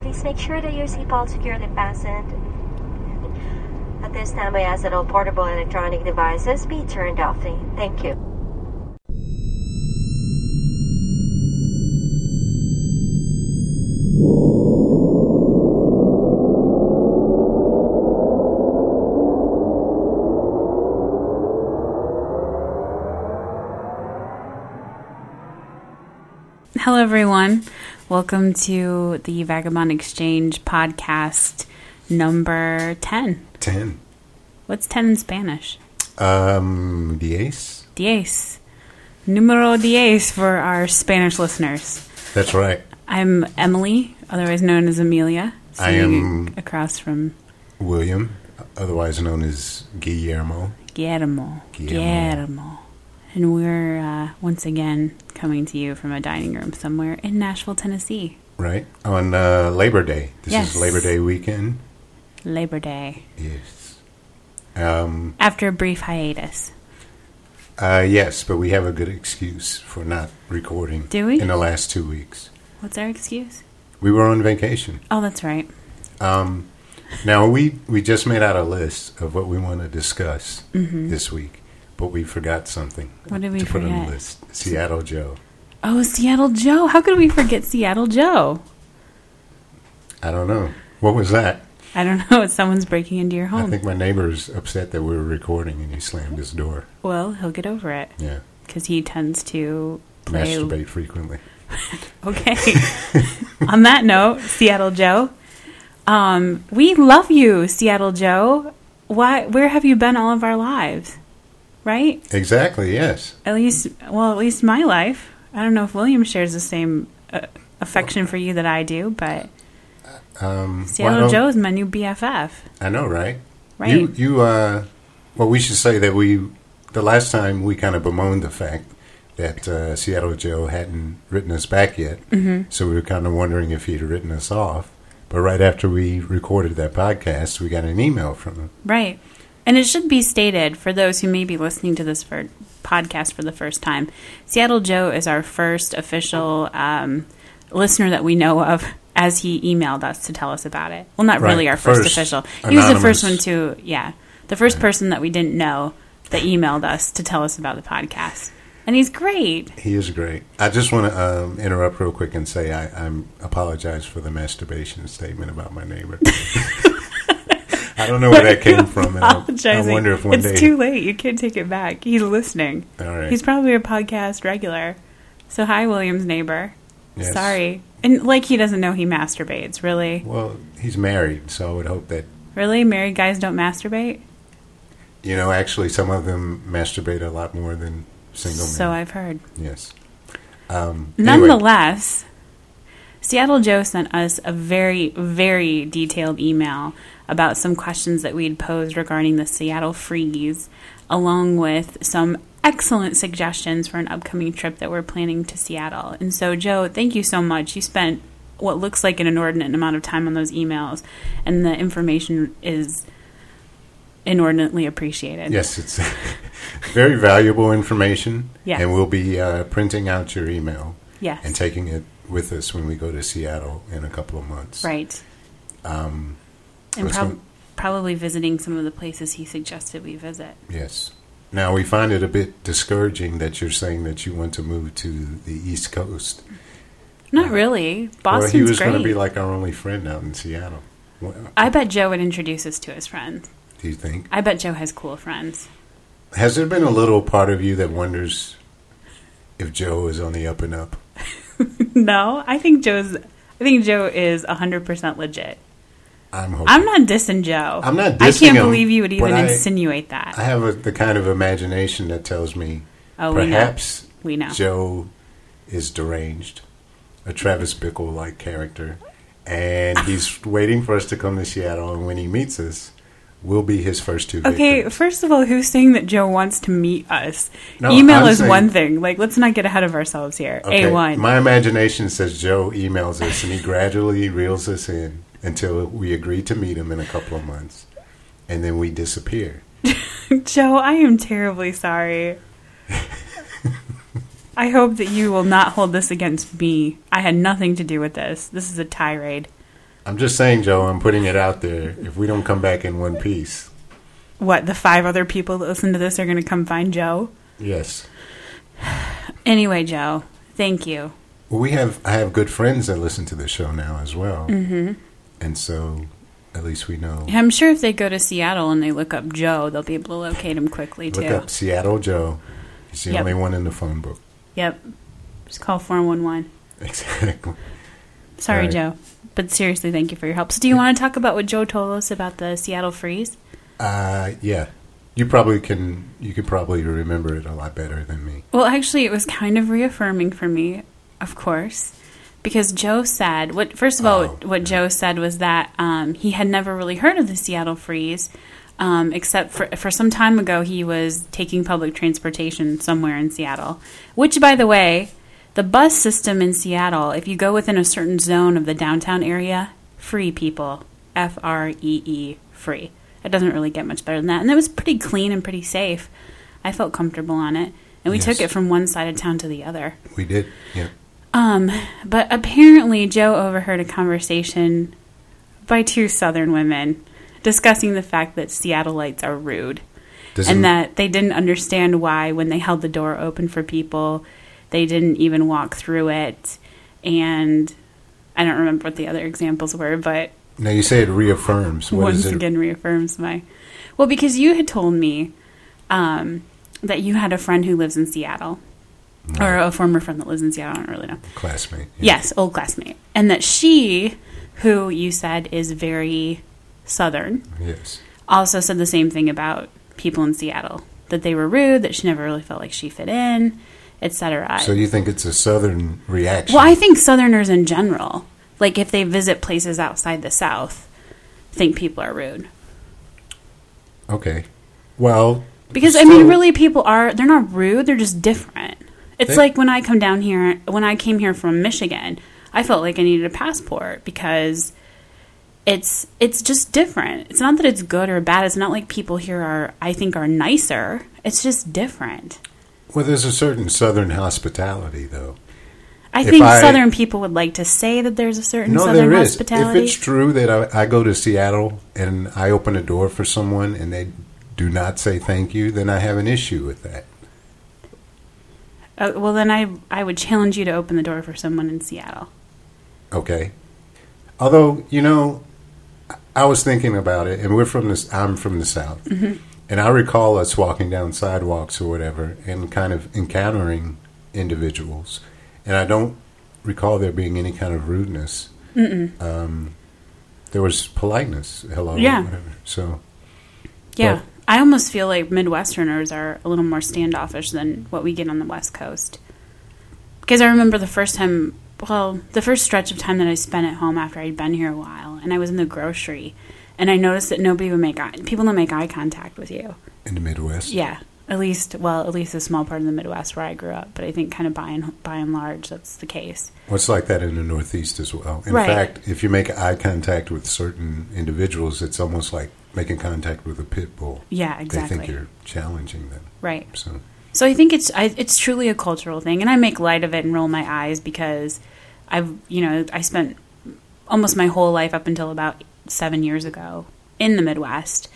Please make sure that your seatbelt securely fastened. At this time, I ask that all portable electronic devices be turned off. Thank you. Hello, everyone. Welcome to the Vagabond Exchange podcast number 10. 10. What's 10 in Spanish? Um, the ace? Diez. Numero diez for our Spanish listeners. That's right. I'm Emily, otherwise known as Amelia. I am- sitting across from William, otherwise known as Guillermo. Guillermo. Guillermo. Guillermo. And we're uh, once again coming to you from a dining room somewhere in Nashville, Tennessee. Right? On uh, Labor Day. This Yes. is Labor Day weekend. Labor Day. Yes. Um, After a brief hiatus. uh, yes, but we have a good excuse for not recording. Do we? In the last two weeks. What's our excuse? We were on vacation. Oh, that's right. Um, now, we, we just made out a list of what we want to discuss this week, but we forgot something Mm-hmm. What did we to put on forget? the list. Seattle Joe. Oh, Seattle Joe. How could we forget Seattle Joe? I don't know. What was that? I don't know. Someone's breaking into your I home. think my neighbor's upset that we were recording and he slammed his door. well, he'll get over it Yeah. because he tends to play. Masturbate frequently. Okay. On that note, Seattle Joe, um, we love you, Seattle Joe. Why? Where have you been all of our lives? Right? Exactly, yes. At least, well, at least my life. I don't know if William shares the same uh, affection for you that I do, but Um, why Seattle don't- Joe is my new BFF. I know, right? Right. You, you, uh, well, we should say that we, the last time we kind of bemoaned the fact that uh, Seattle Joe hadn't written us back yet. Mm-hmm. So we were kind of wondering if he'd written us off. But right after we recorded that podcast, we got an email from him. Right. And it should be stated for those who may be listening to this for podcast for the first time Seattle Joe is our first official um, listener that we know of as he emailed us to tell us about it. Well, not Right. really our first, First, official. He was the first one to, anonymous. yeah, the first person that we didn't know that emailed us to tell us about the podcast. And he's great. He is great. I just want to um, interrupt real quick and say I I'm apologize for the masturbation statement about my neighbor. I don't know where that came from. And I, I Apologizing. wonder if one it's day. too late. You can't take it back. He's listening. All right. He's probably a podcast regular. So hi, William's neighbor. Yes. Sorry, and like he doesn't know he masturbates. Really, well, he's married, so I would hope that really, married guys don't masturbate. you know. Actually, some of them masturbate a lot more than single So men. I've heard. yes. Um, anyway, Nonetheless, Seattle Joe sent us a very, very detailed email about some questions that we'd posed regarding the Seattle Freeze, along with some excellent suggestions for an upcoming trip that we're planning to Seattle. And so, Joe, thank you so much. You spent what looks like an inordinate amount of time on those emails, and the information is inordinately appreciated. yes, it's very valuable information. Yes. And we'll be uh, printing out your email Yes. and taking it with us when we go to Seattle in a couple of months. Right. Um, And Let's prob- go. probably visiting some of the places he suggested we visit. Yes. Now we find it a bit discouraging that you're saying that you want to move to the East Coast. Not really. well, he Boston's was great. going to be like our only friend out in Seattle. Well, I bet Joe would introduce us to his friends. do you think? I bet Joe has cool friends. Has there been a little part of you that wonders if Joe is on the up and up? no, I think Joe's. I think Joe is hundred percent legit. I'm hoping. I'm not dissing Joe. I'm not I dissing can't him, believe you would but even I- insinuate that. I have a, the kind of imagination that tells me oh, perhaps we know. We know. Joe is deranged, a Travis Bickle like character, and he's waiting for us to come to Seattle. And when he meets us, we'll be his first two. Okay, victims. first of all, who's saying that Joe wants to meet us? No, Email I'm is saying- one thing. Like, let's not get ahead of ourselves here. Okay, A one. My imagination says Joe emails us, and he gradually reels us in until we agree to meet him in a couple of months, and then we disappear. Joe, I am terribly sorry. I hope that you will not hold this against me. I had nothing to do with this. This is a tirade. I'm just saying, Joe, I'm putting it out there. If we don't come back in one piece, What, the five other people that listen to this are going to come find Joe? yes. Anyway, Joe, thank you. Well, we have I have good friends that listen to the show now as well, mm-hmm. and so at least we know. I'm sure if they go to Seattle and they look up Joe, they'll be able to locate him quickly, too. Look up Seattle Joe. He's the Yep. only one in the phone book. Yep. Just call 411. Exactly. Sorry, Right. Joe. But seriously, thank you for your help. So, do you want to talk about what Joe told us about the Seattle freeze? Uh, yeah, you probably can. You can probably remember it a lot better than me. Well, actually, it was kind of reaffirming for me, of course, because Joe said what. First of all, Oh, what Joe said was that um, he had never really heard of the Seattle freeze, um, except for for some time ago he was taking public transportation somewhere in Seattle. Which, by the way, the bus system in Seattle, if you go within a certain zone of the downtown area, free people, F R E E, free. It doesn't really get much better than that, and it was pretty clean and pretty safe. I felt comfortable on it, and we took it Yes. from one side of town to the other. We did. Yeah. Um, but apparently, Joe overheard a conversation by two Southern women discussing the fact that Seattleites are rude Does it- and that they didn't understand why, when they held the door open for people, they didn't even walk through it. And I don't remember what the other examples were, but now you say it reaffirms. What once is it? again reaffirms my well because you had told me um, that you had a friend who lives in seattle or a former friend that lives in seattle i don't really know Classmate. yes old classmate and that she who you said is very southern Yes. also said the same thing about people in seattle that they were rude that she never really felt like she fit in etc So you think it's a southern reaction? well, I think Southerners in general, like if they visit places outside the South, think people are rude. Okay. Well, Because I still- mean, really, people are—they're not rude. They're just different. It's They- like when I come down here. When I came here from Michigan, I felt like I needed a passport because it's it's just different. It's not that it's good or bad. It's not like people here are I think are nicer. It's just different. Well, there's a certain southern hospitality, though. I If think I- Southern people would like to say that there's a certain No, Southern there is. If hospitality. it's true that I, I go to Seattle and I open a door for someone and they do not say thank you, then I have an issue with that. Uh, well, then I I would challenge you to open the door for someone in Seattle. Okay. Although you know, I- I was thinking about it, and we're from this. I'm from the south, Mm-hmm. and I recall us walking down sidewalks or whatever, and kind of encountering individuals, and I don't recall there being any kind of rudeness. Um, there was politeness, hello, Yeah. or whatever. So Yeah. Well- I almost feel like Midwesterners are a little more standoffish than what we get on the West Coast. Because I remember the first time, well, the first stretch of time that I spent at home after I'd been here a while, and I was in the grocery, and I noticed that nobody would make eye, people don't make eye contact with you. in the Midwest, Yeah. At least, well, at least a small part of the Midwest where I grew up, but I think kind of by and, by and large that's the case. Well, it's like that in the Northeast as well. In Right. fact, if you make eye contact with certain individuals, it's almost like making contact with a pit bull. Yeah, exactly. They think you're challenging them. right. So So I think it's I, it's truly a cultural thing, and I make light of it and roll my eyes because I've you know I spent almost my whole life up until about seven years ago in the Midwest,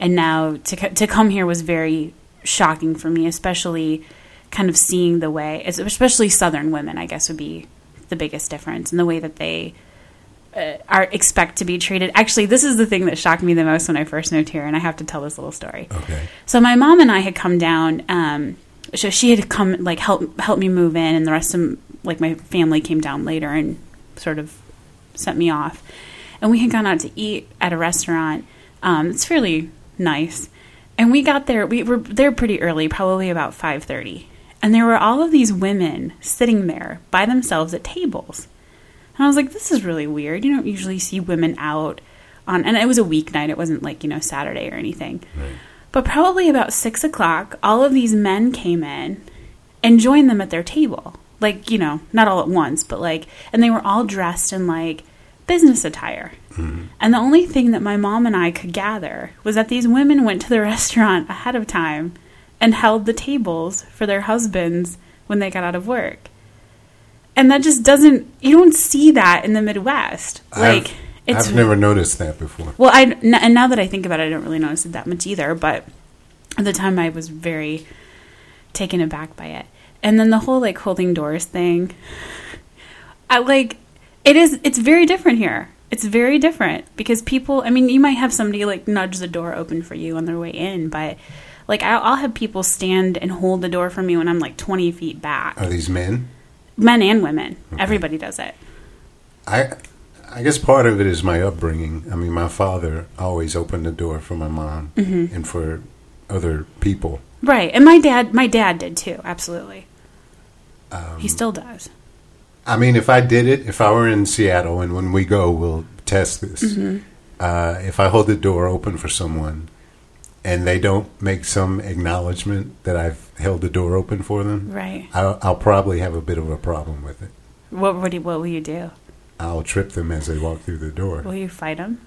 and now to co- to come here was very shocking for me, especially kind of seeing the way, especially Southern women, I guess would be the biggest difference in the way that they uh, are expect to be treated. Actually, this is the thing that shocked me the most when I first moved here, and I have to tell this little story. okay, So my mom and I had come down. Um, so she had come like help help me move in, and the rest of like my family came down later and sort of sent me off. And we had gone out to eat at a restaurant. Um, it's fairly nice, and we got there. We were there pretty early, probably about five thirty. And there were all of these women sitting there by themselves at tables. And I was like, this is really weird. You don't usually see women out on, and it was a weeknight. It wasn't like, you know, Saturday or anything. But probably about six o'clock, all of these men came in and joined them at their table. Like, you know, not all at once, but like, and they were all dressed in like business attire. Mm-hmm. And the only thing that my mom and I could gather was that these women went to the restaurant ahead of time and held the tables for their husbands when they got out of work. And that just doesn't, you don't see that in the Midwest. I've- like, It's I've never noticed that before. well, I n- and now that I think about it, I don't really notice it that much either. But at the time, I was very taken aback by it. And then the whole like holding doors thing, I like it is. It's very different here. It's very different because people. I mean, you might have somebody like nudge the door open for you on their way in, but like I'll, I'll have people stand and hold the door for me when I'm like 20 feet back. Are these men? Men and women, everybody does it. I I guess part of it is my upbringing. I mean, my father always opened the door for my mom Mm-hmm. and for other people. Right, and my dad, my dad did too. Absolutely, he still does. I mean, if I did it, if I were in Seattle, and when we go, we'll test this. Mm-hmm. Uh, if I hold the door open for someone and they don't make some acknowledgement that I've held the door open for them, Right. I'll, I'll probably have a bit of a problem with it. What would you, what will you do? I'll trip them as they walk through the door. Will you fight him?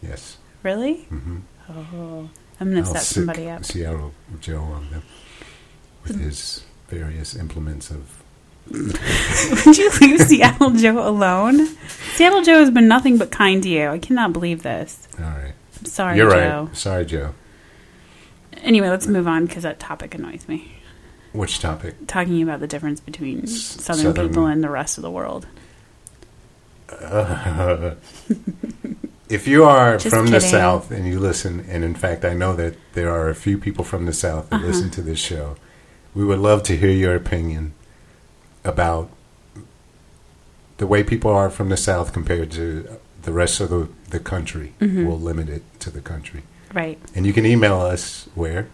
yes. Really? Mhm. Oh, I'm gonna I'll set sick somebody up. Mm. Seattle Joe on them with his various implements of. Would you leave Seattle Joe alone? Seattle Joe has been nothing but kind to you. I cannot believe this. All right. I'm sorry, You're Joe. right. Sorry, Joe. Anyway, let's move on because that topic annoys me. Which topic? Talking about the difference between southern, Southern- people and the rest of the world. If you are Just from the kidding. South and you listen, and in fact, I know that there are a few people from the South Uh-huh. that listen to this show, we would love to hear your opinion about the way people are from the South compared to the rest of the, the country. Mm-hmm. We'll limit it to the country. Right. And you can email us where?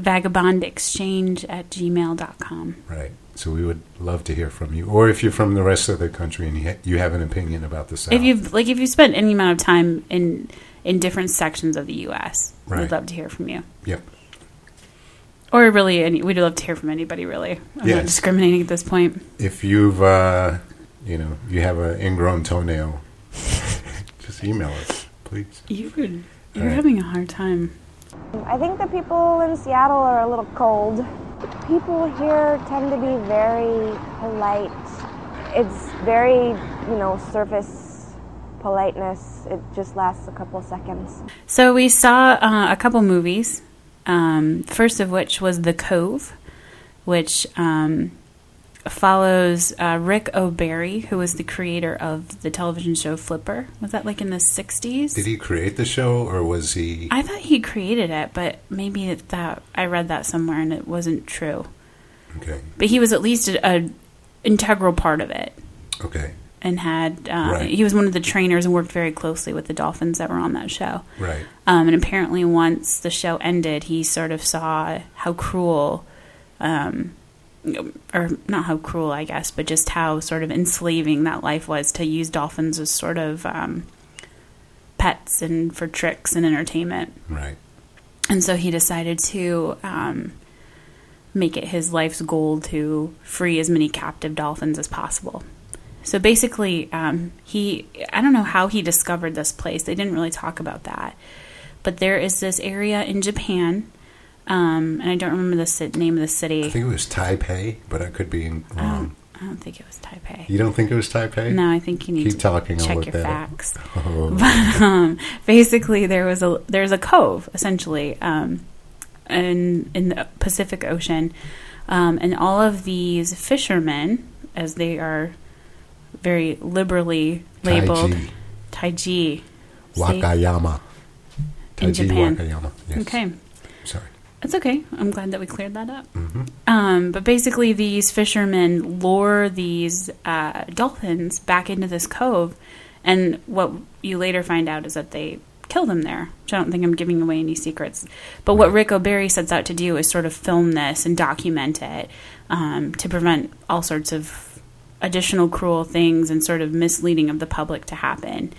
Vagabondexchange at gmail.com. Right. So we would love to hear from you. Or if you're from the rest of the country and you, ha- you have an opinion about the South. If you've like if you spent any amount of time in in different sections of the US, Right. we'd love to hear from you. yep. Or really, any, we'd love to hear from anybody. Really, I'm Yes. not discriminating at this point. if you've uh, you know you have an ingrown toenail, just email us, please. You would, All you're right. having a hard time. I think the people in Seattle are a little cold. People here tend to be very polite. It's very, you know, surface politeness. It just lasts a couple seconds. So we saw uh, a couple movies. Um, first of which was The Cove, which um, follows uh, Rick O'Barry, who was the creator of the television show Flipper. Was that like in the '60s? Did he create the show, or was he? I thought he created it, but maybe it, that I read that somewhere and it wasn't true. Okay, But he was at least a, a integral part of it. okay, and had uh, Right. he was one of the trainers and worked very closely with the dolphins that were on that show. right, Um, and apparently, once the show ended, he sort of saw how cruel, um, or not how cruel, I guess, but just how sort of enslaving that life was to use dolphins as sort of um, pets and for tricks and entertainment. right. And so he decided to um, make it his life's goal to free as many captive dolphins as possible. So basically, um, he I don't know how he discovered this place. They didn't really talk about that. But there is this area in Japan, um, and I don't remember the ci- name of the city. I think it was Taipei, but I could be in- wrong. I don't think it was Taipei. You don't think it was Taipei? Oh. No, I think you need Keep to talking, I'll check look your that up. facts. Oh, But um, basically, there was a there's a cove essentially um, in in the Pacific Ocean, um, and all of these fishermen, as they are very liberally labeled, Taiji Taiji. See? Wakayama. In Taiji Japan. Wakayama. Yes. Okay, Sorry. that's okay. I'm glad that we cleared that up. Um, but basically, these fishermen lure these uh, dolphins back into this cove, and what you later find out is that they kill them there. Which I don't think I'm giving away any secrets. But what Rick O'Barry sets out to do is sort of film this and document it um, to prevent all sorts of additional cruel things and sort of misleading of the public to happen.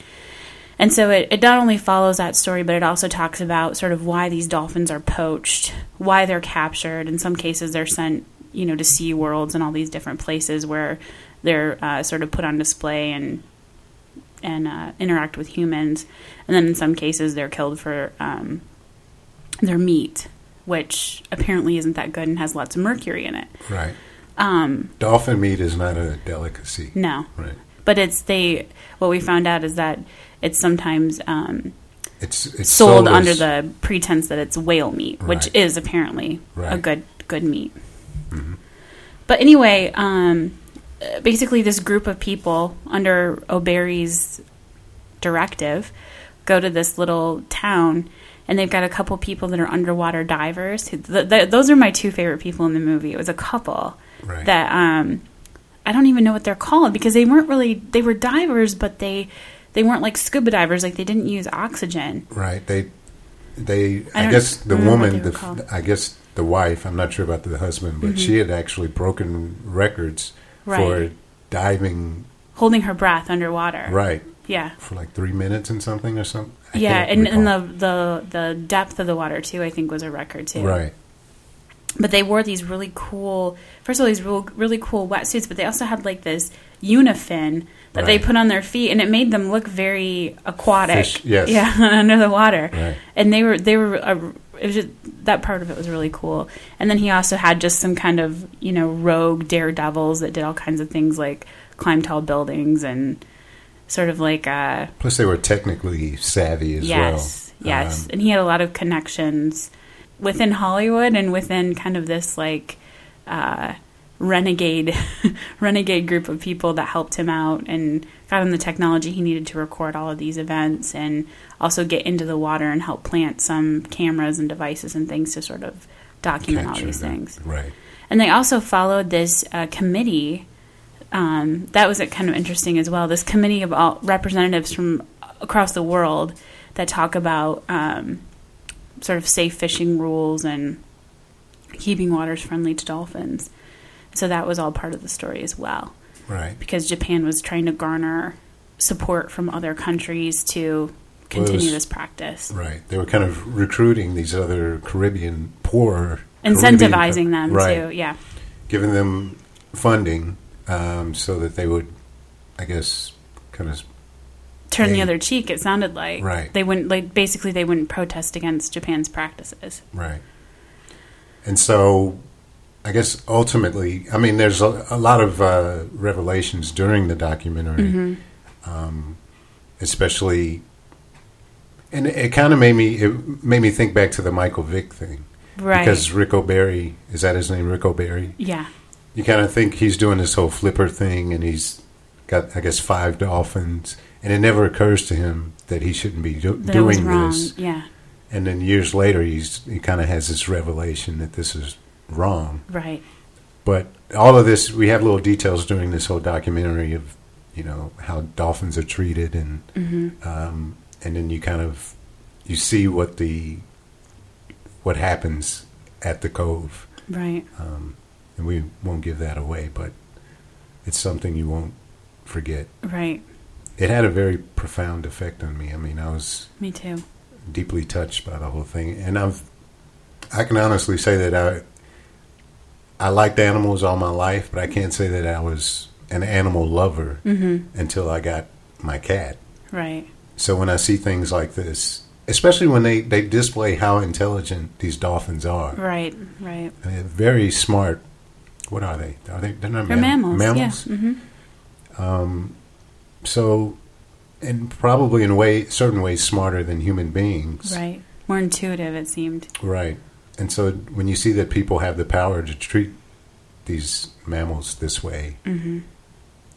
And so it, it not only follows that story, but it also talks about sort of why these dolphins are poached, why they're captured. In some cases, they're sent, you know, to sea worlds and all these different places where they're uh, sort of put on display and and uh, interact with humans. And then in some cases, they're killed for um, their meat, which apparently isn't that good and has lots of mercury in it. Right. Um, Dolphin meat is not a delicacy. No, Right. but it's they what we found out is that it's sometimes um, It's, it's sold as- under the pretense that it's whale meat, which Right. is apparently a Right. Mm-hmm. good good meat. But anyway, um, uh, basically, this group of people under O'Berry's directive go to this little town, and they've got a couple people that are underwater divers. who- th- th- those are my two favorite people in the movie. It was a couple Right. that um, I don't even know what they're called because they weren't really they were divers, but they they weren't like scuba divers. Like they didn't use oxygen. Right. They, they. I I, don't guess the remember what they woman. were The, called. Mm-hmm. f- I guess the wife. I'm not sure about the husband, but she had actually broken records for Right. diving. holding her breath underwater. Right. Yeah. For like three minutes and something or something. yeah, and, and the, the the depth of the water too, I think, was a record too. right. But they wore these really cool, first of all, these real, really cool wetsuits, but they also had like this unifin that they Right. put on their feet, and it made them look very aquatic. Fish- yes. Yeah, under the water. Right. And they were they were a, it was just, that part of it was really cool. And then he also had just some kind of you know rogue daredevils that did all kinds of things like climb tall buildings and sort of like. Uh, Plus, they were technically savvy as yes, well. Yes, Um, and he had a lot of connections within Hollywood and within kind of this like uh, renegade renegade group of people that helped him out and got him the technology he needed to record all of these events and also get into the water and help plant some cameras and devices and things to sort of document all capture these them. things. Um, Right. And they also followed this uh, committee. Um, that was uh, kind of interesting as well. This committee of all representatives from across the world that talk about um, sort of safe fishing rules and keeping waters friendly to dolphins. So that was all part of the story as well, Right. because Japan was trying to garner support from other countries to continue was- this practice, Right. They were kind of recruiting these other Caribbean poor. Caribbean- incentivizing them right. to yeah. giving them funding um, so that they would, I guess, kind of turn the They- other cheek. It sounded like Right. They wouldn't like basically they wouldn't protest against Japan's practices. right. And so, I guess ultimately, I mean, there's a, a lot of uh, revelations during the documentary, um, Mm-hmm. especially, and it, kind of made me it made me think back to the Michael Vick thing Right. because Rick O'Berry is that his name, Rick O'Berry? yeah. you kind of think he's doing this whole flipper thing and he's got i guess five dolphins and it never occurs to him that he shouldn't be do- That it was doing wrong. this Yeah. and then years later he's he kind of has this revelation that this is wrong Right. but all of this we have little details during this whole documentary of you know how dolphins are treated and um, and then you kind of you see what the what happens at the cove Right. and we won't give that away, but it's something you won't forget. Right. It had a very profound effect on me. I mean, I was Me too. deeply touched by the whole thing, and I've I can honestly say that I I liked animals all my life, but I can't say that I was an animal lover Mm-hmm. until I got my cat. Right. So when I see things like this, especially when they, they display how intelligent these dolphins are, Right. Right. Uh, very smart. What are they? Are they? They're not They're mam- mammals. Mammals. Yeah. hmm So, and probably in way certain ways smarter than human beings. Right. More intuitive it seemed. Right. And so when you see that people have the power to treat these mammals this way, Mm-hmm.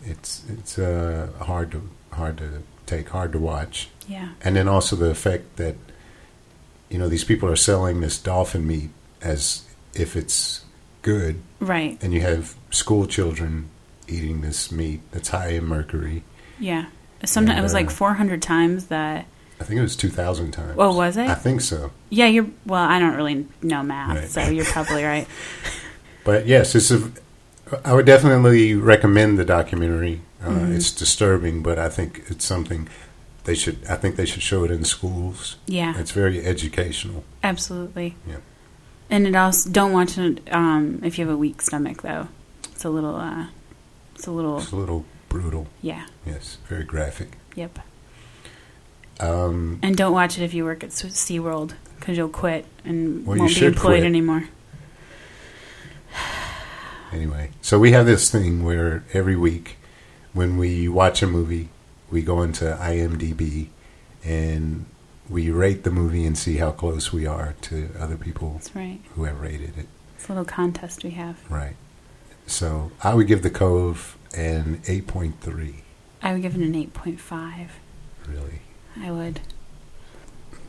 it's it's uh, hard to hard to take, hard to watch. Yeah. And then also the effect that you know these people are selling this dolphin meat as if it's good Right. and you have school children eating this meat that's high in mercury. Yeah. Sometimes it was like And, uh, 400 times that. I think it was 2,000 times. Oh, was it? I think so. Yeah, you're. Well, I don't really know math, Right. so you're probably right. But yes, it's a. I would definitely recommend the documentary. Uh, It's disturbing, but I think it's something they should. I think they should show it in schools. Yeah. It's very educational. Absolutely. Yeah. And it also don't watch it um, if you have a weak stomach though. It's a little. Uh, it's a little. It's a little brutal. Yeah. Yes, very graphic. Yep. Um, And don't watch it if you work at Sw- SeaWorld because you'll quit and Well, you won't be should employed quit. anymore. anyway, so we have this thing where every week, when we watch a movie, we go into IMDb and we rate the movie and see how close we are to other people That's right. who have rated it. It's a little contest we have. Right. So I would give The Cove an 8.3, I would give it an 8.5. really. I would.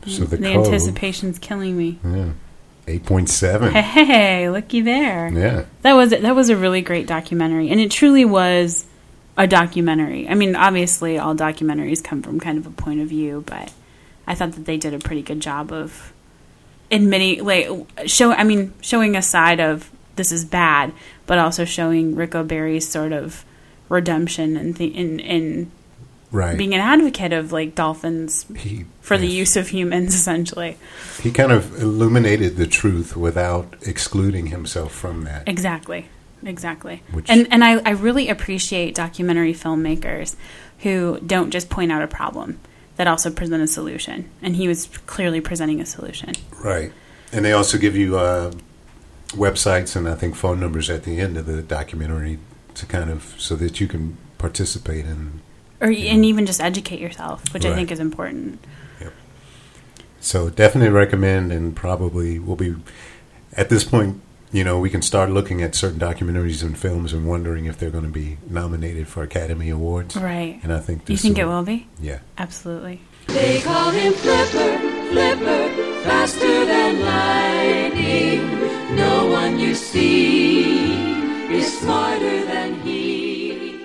So The, the Cove. anticipation's killing me. Yeah. 8.7. Hey, looky there. yeah. That was that was a really great documentary, and it truly was a documentary. I mean, obviously, all documentaries come from kind of a point of view, but I thought that they did a pretty good job of admitting, like, show. I mean, showing a side of this is bad, but also showing Rico Berry's sort of redemption and the, and, and Right. being an advocate of like dolphins he, for the yeah. use of humans, essentially. He kind of illuminated the truth without excluding himself from that. Exactly. Exactly. Which- and and I, I really appreciate documentary filmmakers who don't just point out a problem that also present a solution. And he was clearly presenting a solution. Right. And they also give you uh, websites and I think phone numbers at the end of the documentary to kind of so that you can participate in. Or and even just educate yourself, which I Right. think is important. So definitely recommend and probably will be at this point. You know, we can start looking at certain documentaries and films and wondering if they're going to be nominated for Academy Awards. Right. And I think You this think it will be? Yeah. Absolutely. They call him Flipper, Flipper, faster than lightning. No one you see is smarter than he.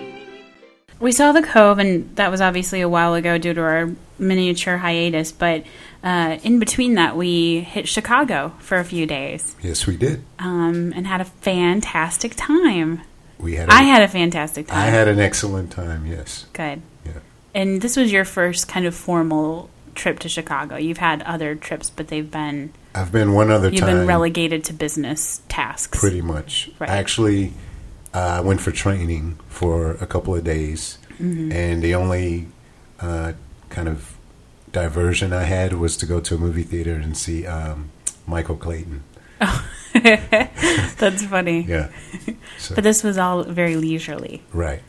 We saw the Cove, and that was obviously a while ago due to our miniature hiatus. But uh, in between that, we hit Chicago for a few days Yes, we did. um, and had a fantastic time. We had. a- I had a fantastic time. I had an excellent time. Yes. Good. Yeah. And this was your first kind of formal trip to Chicago. You've had other trips, but they've been I've been one other you've time. been relegated to business tasks. Pretty much. Right. Actually, uh, I went for training for a couple of days, Mm-hmm. and the only uh, kind of diversion I had was to go to a movie theater and see um, Michael Clayton. That's funny. Yeah. So, But this was all very leisurely. right.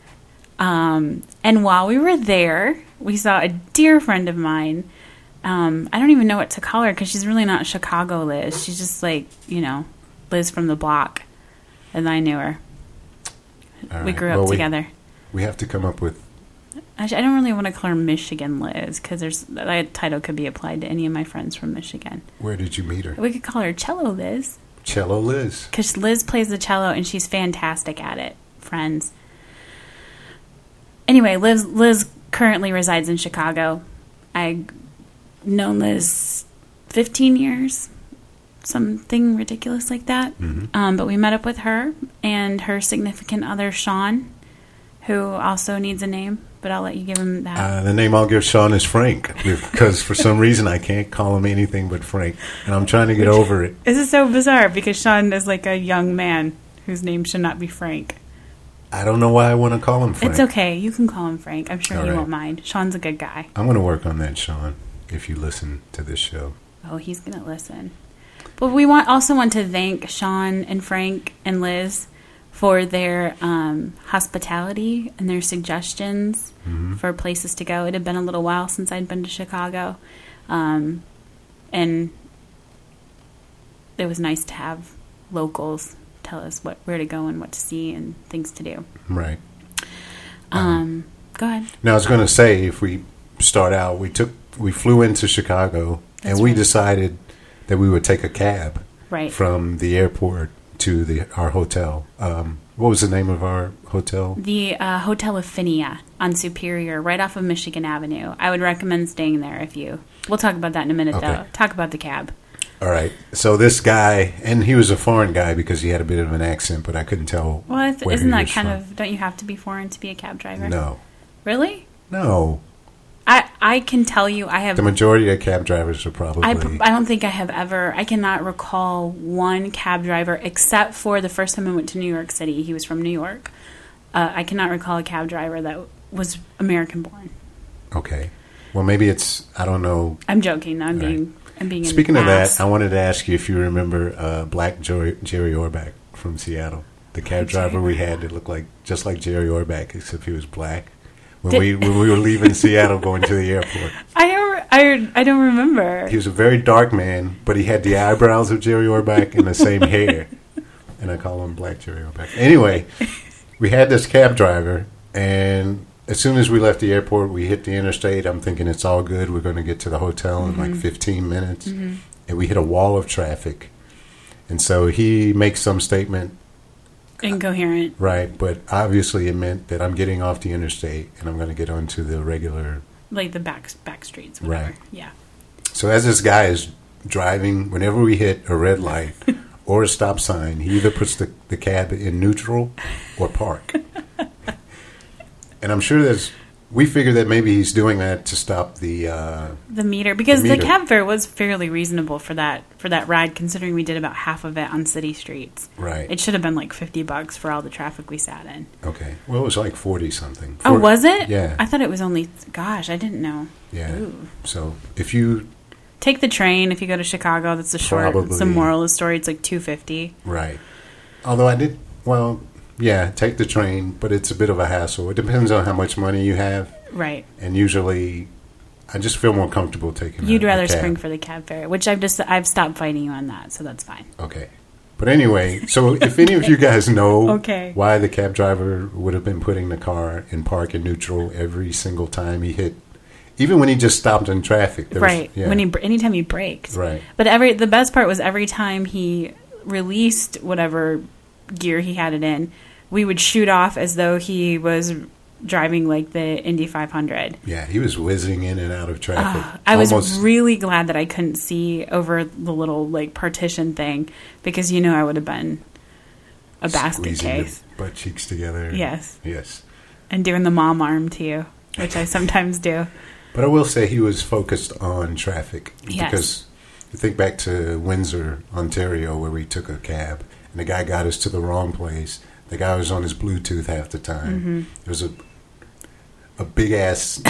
Um, and while we were there, we saw a dear friend of mine. Um, I don't even know what to call her because she's really not Chicago Liz. She's just like you know Liz from the block, and I knew her. All We right. grew up Well, together. We, have to come up with. Actually, I don't really want to call her Michigan Liz because there's that title could be applied to any of my friends from Michigan. Where did you meet her? We could call her Cello Liz Cello Liz. because Liz plays the cello and she's fantastic at it. Friends. Anyway, Liz Liz currently resides in Chicago. I known Liz fifteen years, something ridiculous like that. Um, but we met up with her and her significant other Sean, who also needs a name. But I'll let you give him that. Uh, the name I'll give Sean is Frank because for some reason I can't call him anything but Frank, and I'm trying to get over it. This is so bizarre because Sean is like a young man whose name should not be Frank. I don't know why I want to call him Frank. It's okay. You can call him Frank. I'm sure All he right. won't mind. Sean's a good guy. I'm going to work on that, Sean, if you listen to this show. Oh, he's going to listen. But we want also want to thank Sean and Frank and Liz for their um, hospitality and their suggestions for places to go. It had been a little while since I'd been to Chicago. Um, and it was nice to have locals tell us what where to go and what to see and things to do. Right. Um, go ahead. Now, I was going to say, if we start out, we took, we flew into Chicago That's and we right. decided that we would take a cab Right. from the airport to the our hotel. Um, what was the name of our hotel? the uh, Hotel Affinia on Superior, right off of Michigan Avenue. I would recommend staying there if you. We'll talk about that in a minute, Okay. though. Talk about the cab. All right. So this guy, and he was a foreign guy because he had a bit of an accent, but I couldn't tell. Well, is where isn't he that was kind from. of? Don't you have to be foreign to be a cab driver? No. Really? No. I I can tell you, I have. The majority of cab drivers are probably. I, pr- I don't think I have ever. I cannot recall one cab driver except for the first time I went to New York City. He was from New York. Uh, I cannot recall a cab driver that was American born. okay. Well, maybe it's, I don't know, I'm joking. I'm All right. being. I'm being. an Speaking of ass. that, I wanted to ask you if you remember uh, Black Jerry, Jerry Orbach from Seattle, the cab Jerry driver we had that looked like just like Jerry Orbach, except he was black. When Did- we when we were leaving Seattle going to the airport, I don't- I I don't remember. He was a very dark man, but he had the eyebrows of Jerry Orbach and the same hair. And I call him Black Jerry Orbach. Anyway, we had this cab driver, and as soon as we left the airport, we hit the interstate. I'm thinking it's all good. We're going to get to the hotel in like 15 minutes. And we hit a wall of traffic. And so he makes some statement, Incoherent. right? But obviously, it meant that I'm getting off the interstate and I'm going to get onto the regular Like the back back streets, whatever. Right. Yeah. So as this guy is driving, whenever we hit a red light or a stop sign, he either puts the, the cab in neutral or park. and I'm sure there's we figure that maybe he's doing that to stop the uh, The meter because the, The meter. cab fare was fairly reasonable for that for that ride considering we did about half of it on city streets. right. It should have been like 50 bucks for all the traffic we sat in. okay. Well, it was like forty something. Oh, Four- was it? Yeah. I thought it was only gosh, I didn't know. yeah. Ooh. So if you Take the train if you go to Chicago, that's a short it's a Probably. moral of the story, it's like 250. right, although I did well, yeah, take the train, but it's a bit of a hassle. It depends on how much money you have. Right. and usually I just feel more comfortable taking. You'd a- a rather cab. spring for the cab fare, which I've just I've stopped fighting you on that, so that's fine. Okay, but anyway, so if any of you guys know Okay. why the cab driver would have been putting the car in park and neutral every single time he hit, even when he just stopped in traffic, there was- right. yeah, When he br- anytime he brakes. Right. But every the best part was every time he released whatever gear he had it in, we would shoot off as though he was driving like the Indy 500. yeah, he was whizzing in and out of traffic. Ah, I was Almost- really glad that I couldn't see over the little like partition thing because you know I would have been a basket squeezing the case butt cheeks together. Yes. yes. and doing the mom arm to you, which I sometimes do. But I will say he was focused on traffic Yes. because you think back to Windsor, Ontario, where we took a cab and the guy got us to the wrong place. The guy was on his Bluetooth half the time. Mm-hmm. There was a a big ass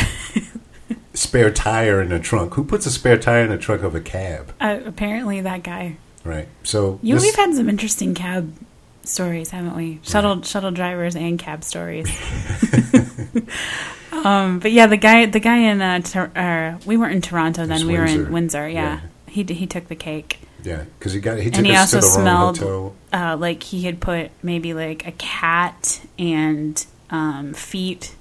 spare tire in the trunk. Who puts a spare tire in the trunk of a cab? Uh, apparently, that guy. Right. So You, this- we've had some interesting cab stories, haven't we? Shuttle shuttle drivers and cab stories. um, but yeah, the guy the guy in uh, Tor- uh, we weren't in Toronto was then. We were in Windsor. Windsor. Yeah, Yeah. he d- he took the cake. yeah, because he got he took and he us also to the smelled wrong hotel. uh, like he had put maybe like a cat and um, feet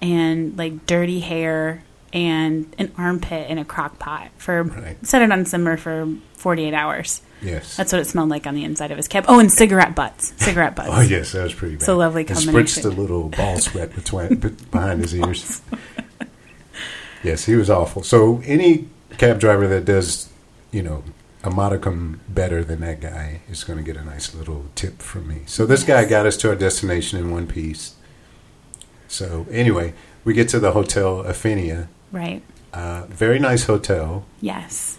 and like dirty hair and an armpit in a crock pot for Right. set it on simmer for 48 hours Yes. that's what it smelled like on the inside of his cab oh and cigarette butts cigarette butts Oh yes, that was pretty bad. a lovely and combination. spritzed a little ball sweat between, be- behind his ears. yes, he was awful. So any cab driver that does, you know, a modicum better than that guy is going to get a nice little tip from me. So this guy got us to our destination in one piece. So anyway, we get to the hotel Afinia. right Uh, very nice hotel, yes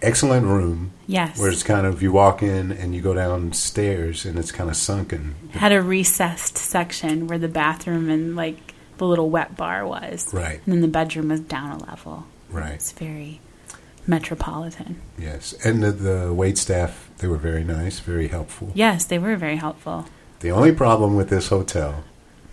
excellent room. yes Where it's kind of you walk in and you go downstairs and it's kind of sunken. had a recessed section where the bathroom and like the little wet bar was Right, and then the bedroom was down a level right. it's very metropolitan Yes, and the, the wait staff they were very nice, very helpful. yes they were very helpful The only problem with this hotel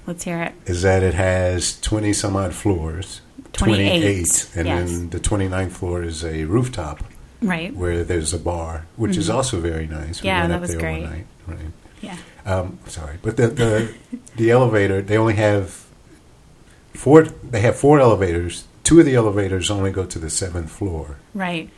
Let's hear it. is that it has twenty some odd floors, 28, and yes. then the 29th floor is a rooftop Right. where there's a bar, which is also very nice. Mm-hmm. Yeah, went that up was there great. One night, right? Yeah. Um, sorry, but the the, the elevator they only have four. They have four elevators. Two of the elevators only go to the seventh floor, Right.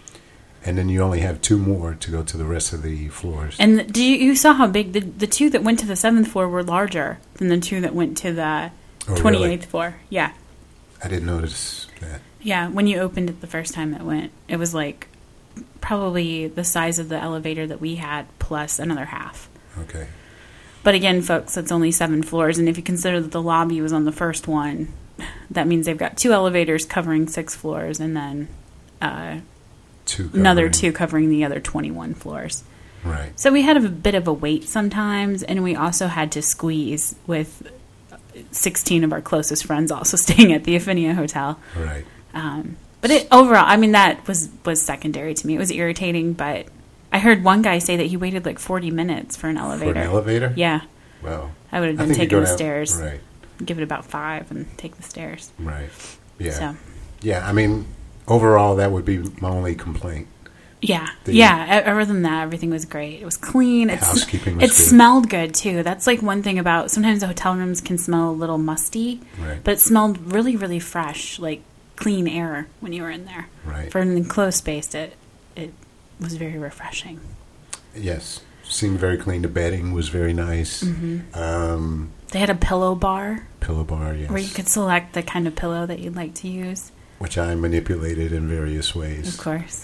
and then you only have two more to go to the rest of the floors. And do you, you saw how big the, the two that went to the seventh floor were larger than the two that went to the Oh, really? twenty eighth floor. Yeah. I didn't notice that. Yeah. When you opened it the first time, it went. It was like probably the size of the elevator that we had plus another half. Okay. But again, folks, that's only seven floors, and if you consider that the lobby was on the first one, that means they've got two elevators covering six floors, and then uh, Two another covering- two covering the other twenty one floors. Right. So we had a bit of a wait sometimes, and we also had to squeeze with 16 of our closest friends also staying at the Affinia Hotel. Right. Um, but it overall, I mean, that was was secondary to me. It was irritating, but I heard one guy say that he waited like 40 minutes for an elevator. For an elevator? Yeah, Wow. I would have I been think you taking go the down- stairs. Right. Give it about five and take the stairs. Right. Yeah. So Yeah. I mean, overall, that would be my only complaint. Yeah, The- yeah. o- Other than that, everything was great. It was clean. It, sm- Housekeeping was it good. smelled good too. That's like one thing about sometimes the hotel rooms can smell a little musty, Right. but it smelled really, really fresh, like clean air when you were in there. Right. For an enclosed space, it it was very refreshing. Yes, seemed very clean. The bedding was very nice. Mm-hmm. Um, They had a pillow bar pillow bar, yes, where you could select the kind of pillow that you'd like to use. which I manipulated in various ways. Of course.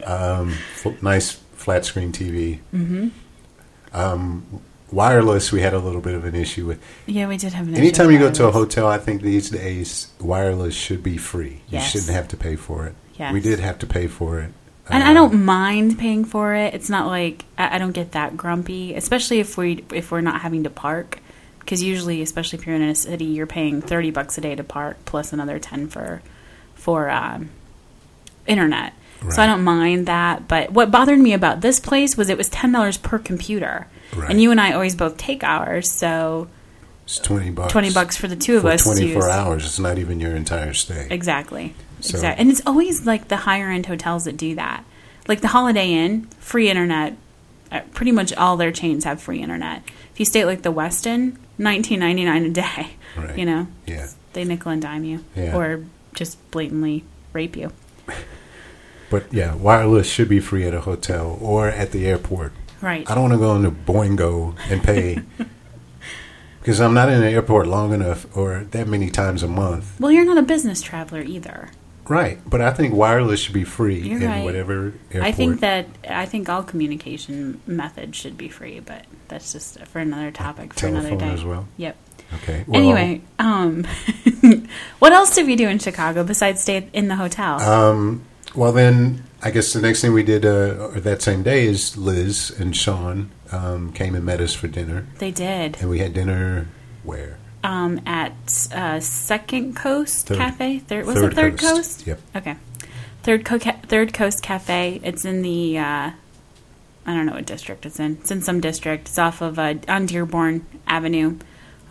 F- nice flat screen TV. Mm-hmm. Um, wireless, we had a little bit of an issue with. yeah, we did have an. issue Anytime with you go to a wireless. hotel, I think these days wireless should be free. Yes. You shouldn't have to pay for it. Yes. We did have to pay for it. And Uh, I don't mind paying for it. It's not like I, I don't get that grumpy, especially if we if we're not having to park. Because usually, especially if you're in a city, you're paying thirty bucks a day to park plus another ten for for um, internet. So I Right. don't mind that. But what bothered me about this place was it was ten dollars per computer, Right. and you and I always both take ours, so It's twenty bucks. twenty bucks for the two of for us. to twenty four use. hours. It's not even your entire stay. Exactly. So- Exactly. And it's always like the higher end hotels that do that. Like the Holiday Inn, free internet. Uh, pretty much all their chains have free internet. If you stay at like the Westin, nineteen ninety nine a day. Right. You know, Yeah. they nickel and dime you, Yeah. or just blatantly rape you. But yeah, wireless should be free at a hotel or at the airport. Right. I don't want to go into Boingo and pay because I'm not in the airport long enough or that many times a month. well, you're not a business traveler either. Right. But I think wireless should be free You're in right. whatever airport. I think that I think all communication methods should be free, but that's just for another topic for another telephone day. as well? Yep. Okay. anyway, um, what else did we do in Chicago besides stay in the hotel? Uh, Well, then I guess the next thing we did uh, or that same day is Liz and Sean um, came and met us for dinner, they did and we had dinner where um, at uh, Second Coast Third- Cafe. Third was Third it Third Coast. Coast? Yep. Okay. Third Co- Ca- Third Coast Cafe. It's in the uh, I don't know what district it's in. It's in some district. It's off of uh, on Dearborn Avenue,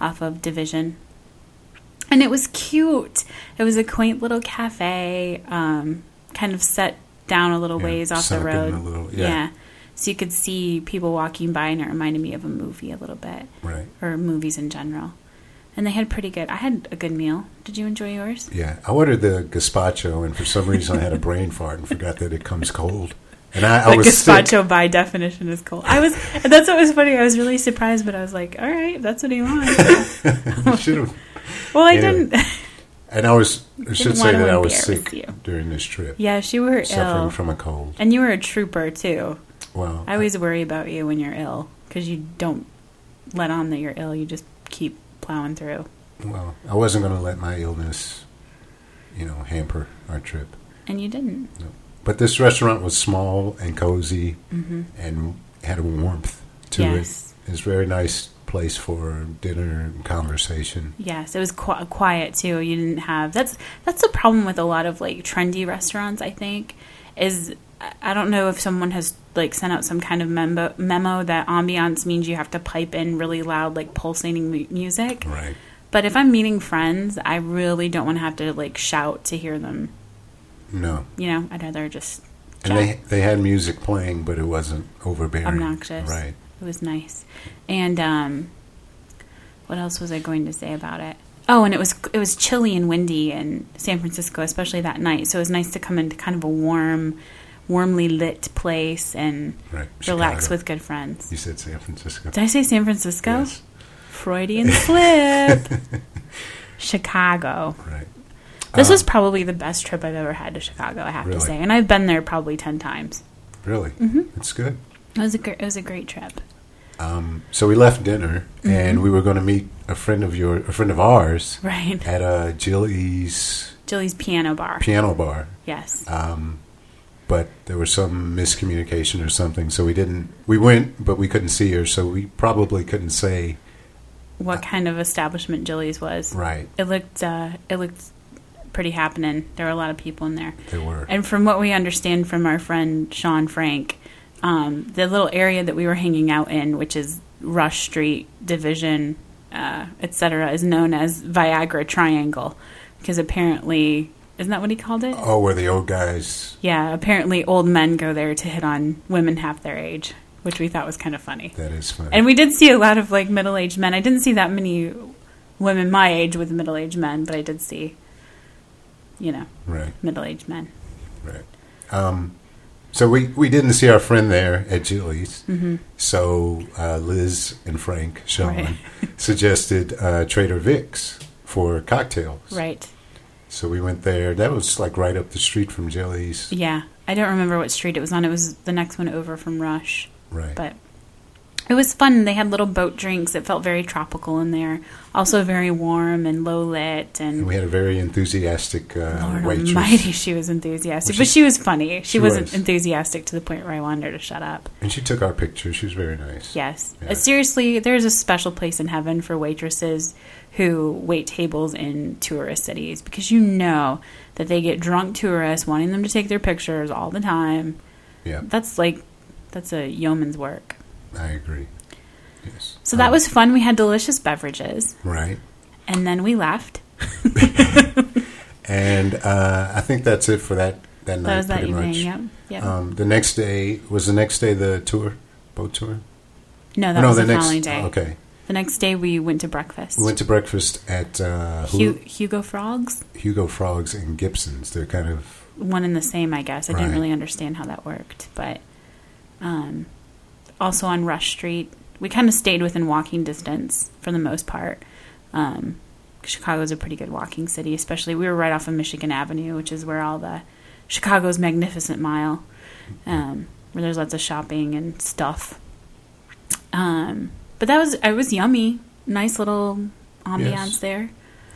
off of Division. And it was cute. It was a quaint little cafe, um, kind of set down a little Yeah, ways off the sunken a road. little, yeah. So you could see people walking by, and it reminded me of a movie a little bit, right. or movies in general. And they had pretty good. I had a good meal. Did you enjoy yours? Yeah, I ordered the gazpacho, and for some reason I had a brain fart and forgot that it comes cold. And I, I But was gazpacho sick. by definition is cold. I was that's what was funny. I was really surprised, but I was like, all right, that's what he wants. I should've- well, I Yeah. didn't. and I was I should say want to that I was embarrass sick you. during this trip, Yes, you were suffering ill, from a cold. and you were a trooper too. Well, I always worry about you when you're ill because you don't let on that you're ill. You just keep plowing through, well, I wasn't going to let my illness, you know, hamper our trip. and you didn't. But this restaurant was small and cozy and had a warmth to Mm-hmm. Yes. it. It's a very nice place for dinner and conversation. Yes, it was qu- quiet too. You didn't have that's that's the problem with a lot of like trendy restaurants. I think is I- I don't know if someone has like sent out some kind of memo memo that ambiance means you have to pipe in really loud like pulsating mu- music. Right. But if I'm meeting friends, I really don't want to have to like shout to hear them. No. You know, I'd rather just. And they they had music playing, but it wasn't overbearing. obnoxious. Right. It was nice. And um, what else was I going to say about it? Oh, and it was it was chilly and windy in San Francisco, especially that night. So it was nice to come into kind of a warm, warmly lit place and Right. relax Chicago. with good friends. You said San Francisco. Did I say San Francisco? Yes. Freudian slip. Chicago. Right. This Uh, was probably the best trip I've ever had to Chicago. I have Really? to say, and I've been there probably ten times. Really? Mm-hmm. It's good. It was a gr- it was a great trip. So we left dinner, Mm-hmm. and we were going to meet a friend of your, a friend of ours, Right, at a Jilly's Jilly's piano bar. piano bar. yes. Uh, But there was some miscommunication or something, so we didn't. We went, but we couldn't see her, so we probably couldn't say what kind of establishment Jilly's was. right. It looked uh, it looked pretty happening. There were a lot of people in there. There were And from what we understand from our friend Sean Frank, um, the little area that we were hanging out in, which is Rush Street Division, uh, etc., is known as Viagra Triangle because apparently Isn't that what he called it? Oh, where the old guys, Yeah, apparently old men go there to hit on women half their age, which we thought was kind of funny. that is funny. And we did see a lot of like middle aged men. I didn't see that many women my age with middle aged men, but I did see, you know, right, middle aged men. right. Um, so we, we didn't see our friend there at Julie's. So uh, Liz and Frank, Sean, Mm-hmm. Right. suggested uh, Trader Vic's for cocktails. Right. So we went there. That was like right up the street from Julie's. Yeah. I don't remember what street it was on. It was the next one over from Rush. Right. But it was fun. They had little boat drinks. It felt very tropical in there. Also very warm and low lit And and we had a very enthusiastic uh, Lord waitress. almighty, she was enthusiastic. Which But is- she was funny. She, she wasn't was. enthusiastic to the point where I wanted her to shut up. And she took our picture. She was very nice. Yes. Yeah. Uh, seriously, there's a special place in heaven for waitresses who wait tables in tourist cities because you know that they get drunk tourists wanting them to take their pictures all the time. Yeah, That's like, that's a yeoman's work. I agree. Yes. So that was fun. We had delicious beverages Right. and then we left. And uh, I think that's it for that, that night, That was that pretty evening. much. Yep. Yep. Um, the next day, was the next day the tour? Boat tour? no, that no, was the the, next following day. Okay. The next day we went to breakfast. We went to breakfast at uh, Hu- Hu- Hugo Frogs? Hugo Frogs and Gibson's. They're kind of. One and the same, I guess. I didn't Right. really understand how that worked. But um, also on Rush Street, we kind of stayed within walking distance for the most part. Um, Chicago's a pretty good walking city, especially we were right off of Michigan Avenue, which is where all the Chicago's Magnificent Mile, um, where there's lots of shopping and stuff. Um, but that was it was yummy, nice little ambiance Yes. there.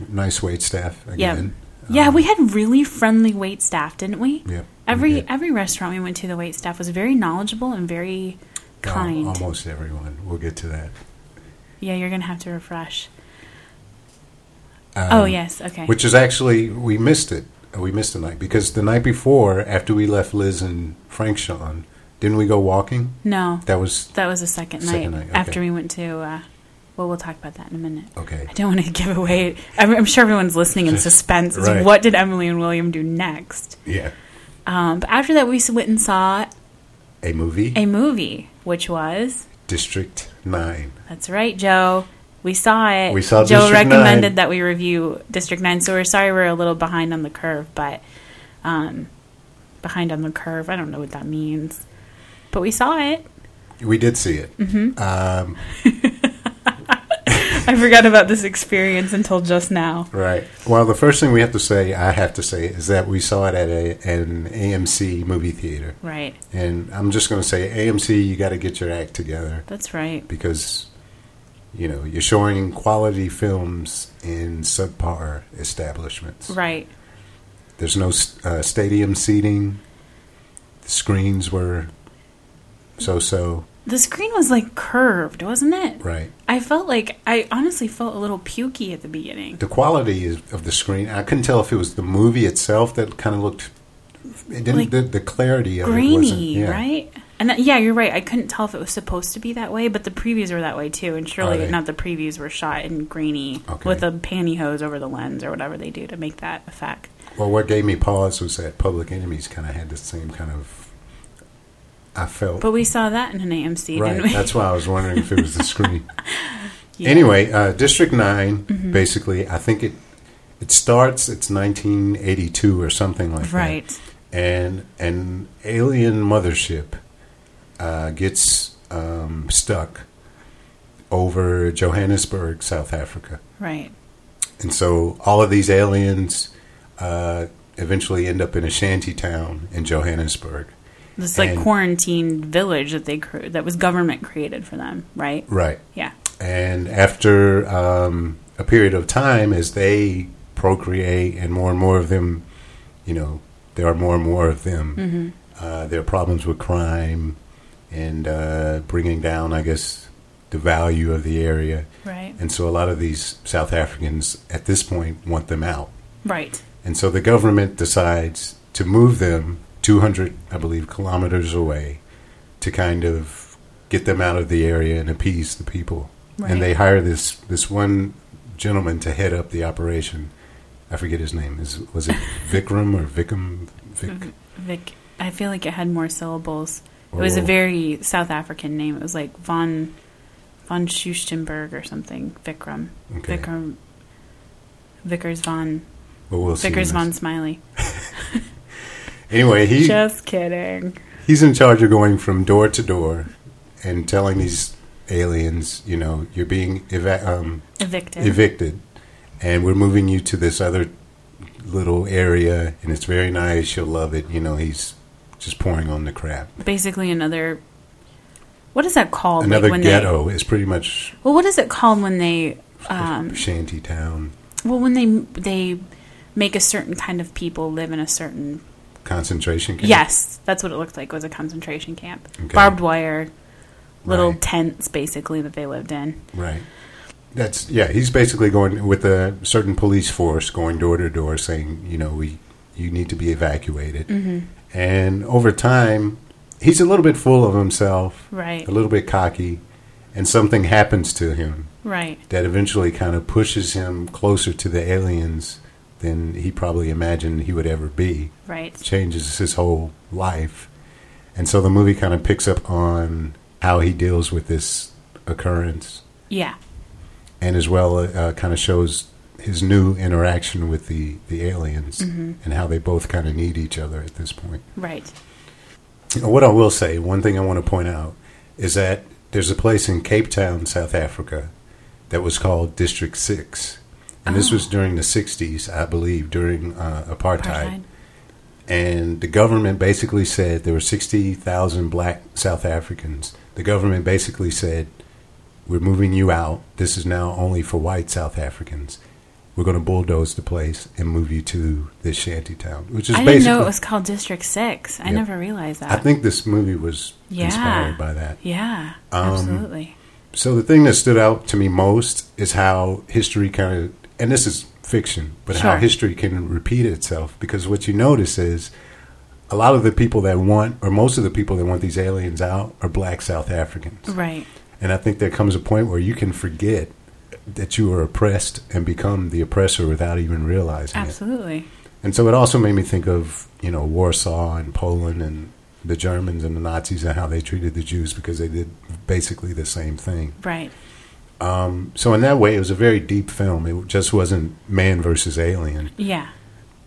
Nice wait staff Yeah. again. Yeah, we had really friendly wait staff, didn't we? Yep, um, we Every did. every restaurant we went to, the wait staff was very knowledgeable and very Al- kind. Uh, almost everyone. We'll get to that. Yeah, you're gonna have to refresh. Um, oh yes, okay. Which is actually we missed it. Uh, We missed the night because the night before, after we left Liz and Frank Sean, didn't we go walking? no, That was that was the second, Second night, night, okay. after we went to. Uh, well, we'll talk about that in a minute. okay. I don't want to give away. I'm, I'm sure everyone's listening in suspense. as to Right. What did Emily and William do next? Yeah, Um, but after that, we s- went and saw a movie. a movie, which was District Nine. That's right, Joe. We saw it. We saw Joe District recommended 9. that we review District Nine, so we're sorry we're a little behind on the curve, but um, behind on the curve. I don't know what that means, but we saw it. We did see it. Mm-hmm. Um, I forgot about this experience until just now. right. Well, the first thing we have to say, I have to say, is that we saw it at a, an AMC movie theater, Right. and I'm just going to say, AMC, you got to get your act together That's right. because you know you're showing quality films in subpar establishments. Right. There's no uh, stadium seating. The screens were so so. The screen was like curved, wasn't it? Right. I felt like I honestly felt a little pukey at the beginning. The quality is, of the screen, I couldn't tell if it was the movie itself that kind of looked. It didn't. Like the, the clarity of it wasn't. Grainy, yeah. right? And that, yeah, you're right. I couldn't tell if it was supposed to be that way, but the previews were that way too. And Are surely they? not the previews were shot in grainy Okay. with a pantyhose over the lens or whatever they do to make that effect. Well, what gave me pause was that Public Enemies kind of had the same kind of. I felt But we saw that in an AMC, right. didn't we? That's why I was wondering if it was the screen. Yeah. Mm-hmm. Anyway, uh, District 9 basically, I think it it starts. It's 1982 or something like that. right. and an alien mothership uh, gets um, stuck over Johannesburg, South Africa, Right. and so all of these aliens uh, eventually end up in a shanty town in Johannesburg. This like And- quarantined village that they cre- that was government created for them, right? Right, Yeah. and after um, a period of time, as they procreate and more and more of them, you know, there are more and more of them. Uh, there are problems with crime and uh, bringing down, I guess, the value of the area. Right. And so a lot of these South Africans at this point want them out. Right. And so the government decides to move them 200, I believe, kilometers away to kind of get them out of the area and appease the people. Right. And they hire this, this one gentleman to head up the operation I forget his name. Is was it Vikram or Vikram? Vic? Vic. I feel like it had more syllables. It was a Oh. very South African name. It was like von von Schustenberg or something. Vikram. Okay. Vikram. Vickers von Well, we'll see. in Vickers this. von Smiley. Anyway, he Just kidding. he's in charge of going from door to door and telling these aliens, you know, you're being eva- um, Evicted. evicted, and we're moving you to this other little area, and it's very nice. You'll love it. You know, he's just pouring on the crap. Basically, another. What is that called? Like, Another when they- ghetto is pretty much well, what is it called when they? Um, shanty town, well, when they they make a certain kind of people live in a certain concentration camp. Yes, that's what it looked like. Was a concentration camp, Okay. barbed wire, little Right. tents basically that they lived in. Right. That's yeah. He's basically going with a certain police force, going door to door, saying, you know, we you need to be evacuated. Mm-hmm. And over time, he's a little bit full of himself, Right. A little bit cocky, and something happens to him Right. that eventually kind of pushes him closer to the aliens than he probably imagined he would ever be Right. changes his whole life. And so the movie kind of picks up on how he deals with this occurrence Yeah. and as well uh, kind of shows his new interaction with the, the aliens and how they both kind of need each other at this point. Right. What I will say, one thing I want to point out is that there's a place in Cape Town, South Africa, that was called District 6. And this Oh. was during the 60s, I believe, during uh, apartheid Apartheid. and the government basically said there were 60,000 black South Africans. The government basically said, We're moving you out. This is now only for white South Africans. We're going to bulldoze the place and move you to this shanty town, which is I didn't basically. know it was called District Six. I Yep. never realized that. I think this movie was Yeah. inspired by that. yeah. Um, absolutely. So the thing that stood out to me most is how history kind of, and this is fiction, but how Sure. history can repeat itself. Because what you notice is a lot of the people that want, or most of the people that want these aliens out, are black South Africans. Right. And I think there comes a point where you can forget that you are oppressed and become the oppressor without even realizing it. Absolutely. And so it also made me think of, you know, Warsaw and Poland and the Germans and the Nazis and how they treated the Jews because they did basically the same thing. Right. Um, So in that way, it was a very deep film. It just wasn't man versus alien. Yeah.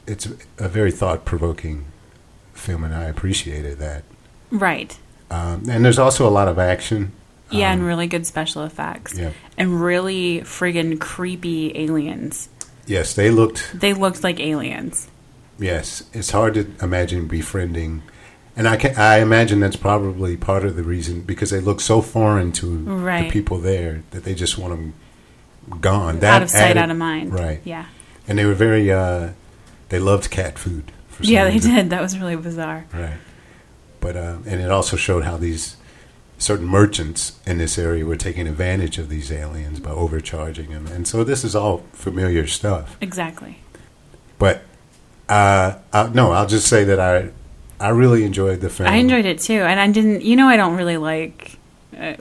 It's a very thought provoking film, and I appreciated that. Right. Um, and there's also a lot of action. Yeah, and really good special effects. Um, yeah. And really friggin' creepy aliens. Yes, they looked. They looked like aliens. Yes, it's hard to imagine befriending, and I can, I imagine that's probably part of the reason because they look so foreign to Right. the people there that they just want them gone. That out of sight, added- out of mind. Right. Yeah. And they were very. Uh, they loved cat food. For some Yeah, they reason. did. That was really bizarre. Right. But uh, and it also showed how these certain merchants in this area were taking advantage of these aliens by overcharging them, and so this is all familiar stuff. Exactly. But uh, I, no, I'll just say that I I really enjoyed the film. I enjoyed it too, and I didn't. You know, I don't really like uh,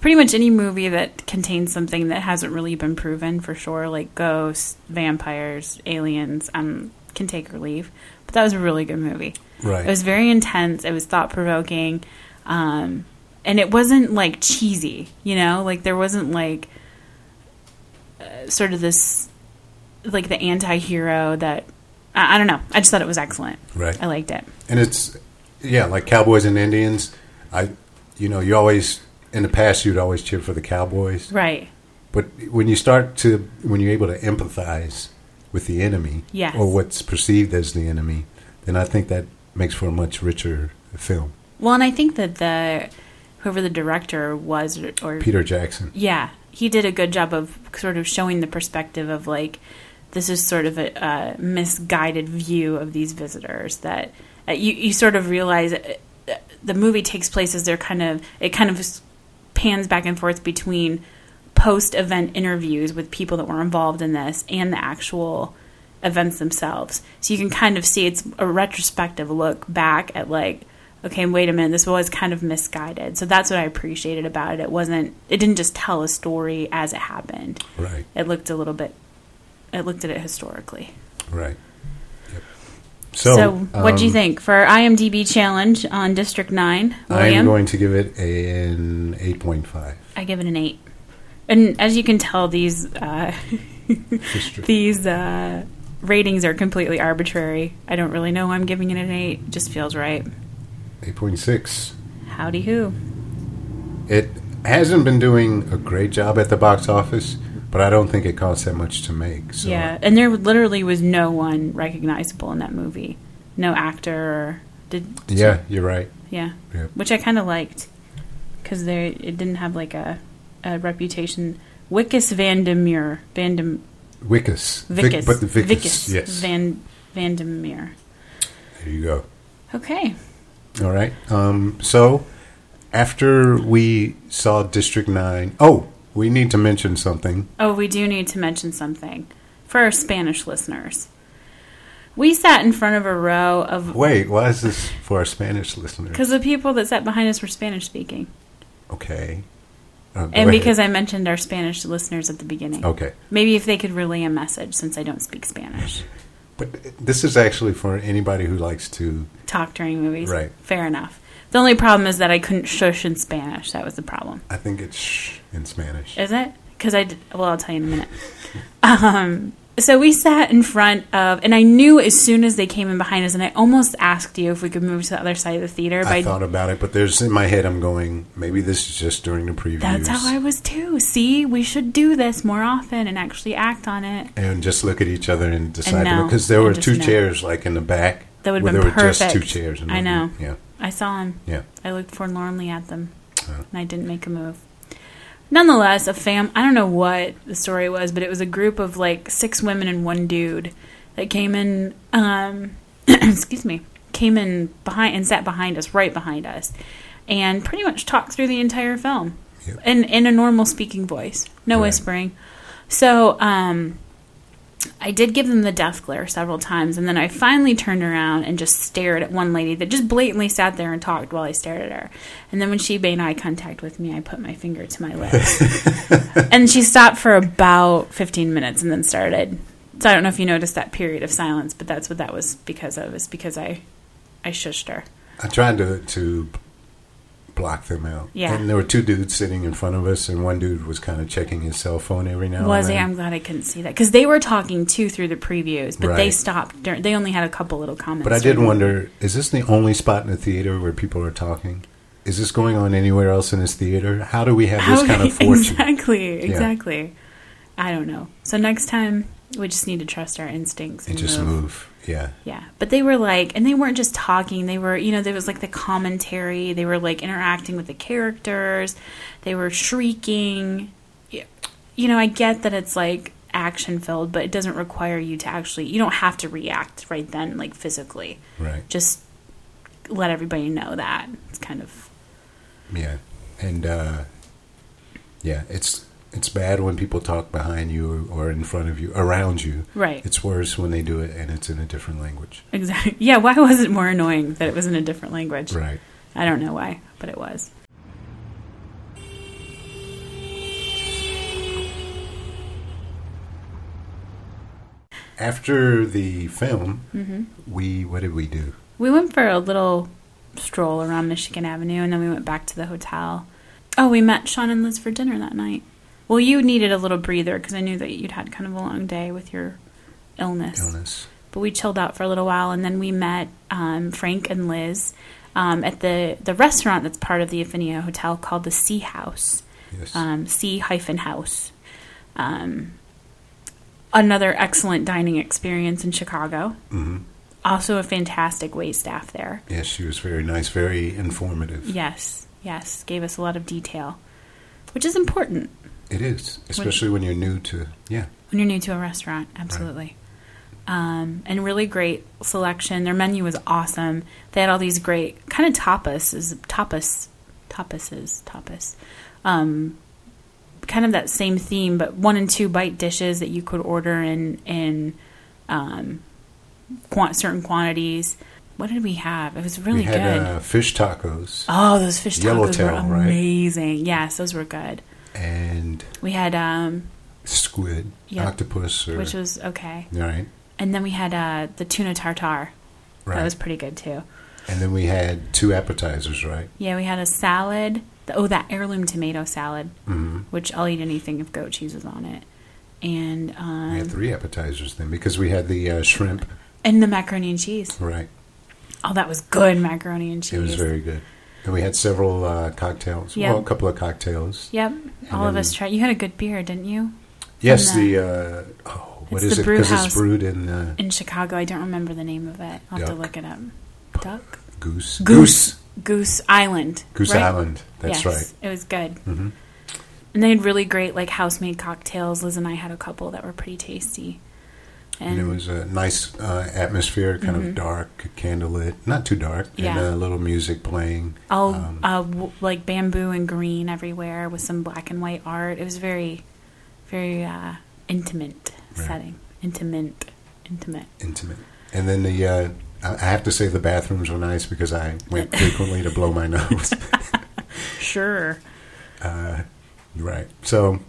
pretty much any movie that contains something that hasn't really been proven for sure, like ghosts, vampires, aliens. Um, can take or leave, but that was a really good movie. Right. It was very intense. It was thought provoking, um, and it wasn't like cheesy. You know, like there wasn't like uh, sort of this like the anti-hero that I, I don't know. I just thought it was excellent. Right. I liked it. and it's yeah, like cowboys and Indians. I you know you always in the past you'd always cheer for the cowboys, Right. But when you start to, when you're able to empathize with the enemy, Yes. or what's perceived as the enemy, then I think that makes for a much richer film. Well, and I think that the whoever the director was, or, or Peter Jackson. yeah, he did a good job of sort of showing the perspective of like this is sort of a uh, misguided view of these visitors that uh, you you sort of realize uh, uh, the movie takes place as they're kind of it kind of s- pans back and forth between post event interviews with people that were involved in this and the actual events themselves. So you can kind of see it's a retrospective look back at like, okay, wait a minute, this was kind of misguided. So that's what I appreciated about it. It wasn't it didn't just tell a story as it happened. Right. It looked a little bit it looked at it historically. Right. Yep. So, what do you um, think for our IMDb challenge on District 9, I'm William? going to give it an 8.5. I give it an 8. And as you can tell, these uh, District. these uh, ratings are completely arbitrary. I don't really know why I'm giving it an 8. It just feels right. 8.6. Howdy who. It hasn't been doing a great job at the box office, but I don't think it costs that much to make. So Yeah, and there literally was no one recognizable in that movie. No actor. Or did Yeah, you're right. yeah, Yep. which I kind of liked because there it didn't have like a, a reputation. Wickus Van de Meer, Van de Wickus. Vic- Vickus, but the Vickus. Vickus Yes. Van Van de Meer. there you go. Okay, All right. Um, so after we saw District 9, oh, we need to mention something. Oh, we do need to mention something for our Spanish listeners. We sat in front of a row of Wait, why is this for our Spanish listeners? because the people that sat behind us were Spanish speaking, Okay. Uh, go and ahead. because I mentioned our Spanish listeners at the beginning. Okay. Maybe if they could relay a message since I don't speak Spanish. But this is actually for anybody who likes to. Talk during movies. Right. Fair enough. The only problem is that I couldn't shush in Spanish. That was the problem. I think it's shh in Spanish. Is it? Because I did, well, I'll tell you in a minute. Um, so we sat in front of, and I knew as soon as they came in behind us, and I almost asked you if we could move to the other side of the theater. I by thought about it, but there's in my head. I'm going. Maybe this is just during the previews, that's how I was too. See, we should do this more often and actually act on it. and just look at each other and decide now, because there and were just two now. chairs like in the back. That would've where been there were just two perfect. chairs. and I know. Yeah, I saw him. yeah. I looked forlornly at them, Oh. and I didn't make a move. Nonetheless, a fam, I don't know what the story was, but it was a group of like six women and one dude that came in, um, excuse me, came in behind and sat behind us, right behind us, and pretty much talked through the entire film Yep. in, in a normal speaking voice, no Right. whispering. So, um, I did give them the death glare several times, and then I finally turned around and just stared at one lady that just blatantly sat there and talked while I stared at her. And then when she made eye contact with me, I put my finger to my lips. and she stopped for about 15 minutes and then started. So I don't know if you noticed that period of silence, but that's what that was because of, is because I, I shushed her. I tried to to block them out. Yeah. and there were two dudes sitting in front of us, and one dude was kind of checking his cell phone every now Was and he? then. I'm glad I couldn't see that because they were talking too through the previews, but they Right. stopped. Dur- they only had a couple little comments. But I did during- wonder: is this the only spot in the theater where people are talking? Is this going on anywhere else in this theater? How do we have this kind of fortune? Exactly, exactly. I don't know. So next time, we just need to trust our instincts and, And just move. Yeah. Yeah, but they were like, and they weren't just talking. They were, you know, there was like the commentary. They were like interacting with the characters. They were shrieking. Y- You know, I get that it's like action filled, but it doesn't require you to actually. You don't have to react right then, like physically. Right. Just let everybody know that it's kind of Yeah, and uh, yeah, it's it's bad when people talk behind you or in front of you, around you. right. It's worse when they do it and it's in a different language. Exactly. Yeah, why was it more annoying that it was in a different language? Right. I don't know why, but it was. After the film, we what did we do? We went for a little stroll around Michigan Avenue and then we went back to the hotel. Oh, we met Sean and Liz for dinner that night. Well, you needed a little breather because I knew that you'd had kind of a long day with your illness. Illness. But we chilled out for a little while and then we met um, Frank and Liz um, at the, the restaurant that's part of the Affinia Hotel called the Sea House. Yes. um, C hyphen house. Um, another excellent dining experience in Chicago. hmm Also, a fantastic wait staff there. Yes, she was very nice, very informative. Yes, yes, gave us a lot of detail, which is important It is, especially when you're new to. Yeah. when you're new to a restaurant. Absolutely. Um, and really great selection. Their menu was awesome. They had all these great kind of tapas, is tapas, tapases, tapas. Um, kind of that same theme, but one and two bite dishes that you could order in in um, quant- certain quantities. What did we have? It was really we had good. Uh, fish tacos oh, those fish tacos were Yellowtail, right? amazing. Yes, those were good. and We had um, squid, Yeah. octopus, or which was okay. all right. And then we had uh, the tuna tartare. That was pretty good too. and then we had two appetizers, right? Yeah, we had a salad. th- Oh, that heirloom tomato salad, Mm-hmm. which I'll eat anything if goat cheese is on it. And We um, had three appetizers then because we had the uh, shrimp, and the macaroni and cheese. right? Oh, that was good macaroni and cheese. It was very good. And we had several uh, cocktails. Yeah. Well, a couple of cocktails. Yep, all of then- us tried. You had a good beer, didn't you? Yes, And the uh, oh, what It's is the it? Because brewhouse. it's brewed in uh, In Chicago, I don't remember the name of it. I'll have to Duck. look it up. Duck Goose. Goose. Goose Island. Goose right? Island. That's right. It was good. Mm-hmm. And they had really great like house made cocktails. Liz and I had a couple that were pretty tasty. And, Mm-hmm. And it was a nice uh, atmosphere, kind of dark, candlelit, not too dark, Yeah. and a little music playing. all um, uh, w- like bamboo and green everywhere with some black and white art. It was very, very uh, intimate Right. setting. Intimate, intimate. intimate. And then the uh, I I have to say the bathrooms were nice because I went frequently to blow my nose. Sure. right. So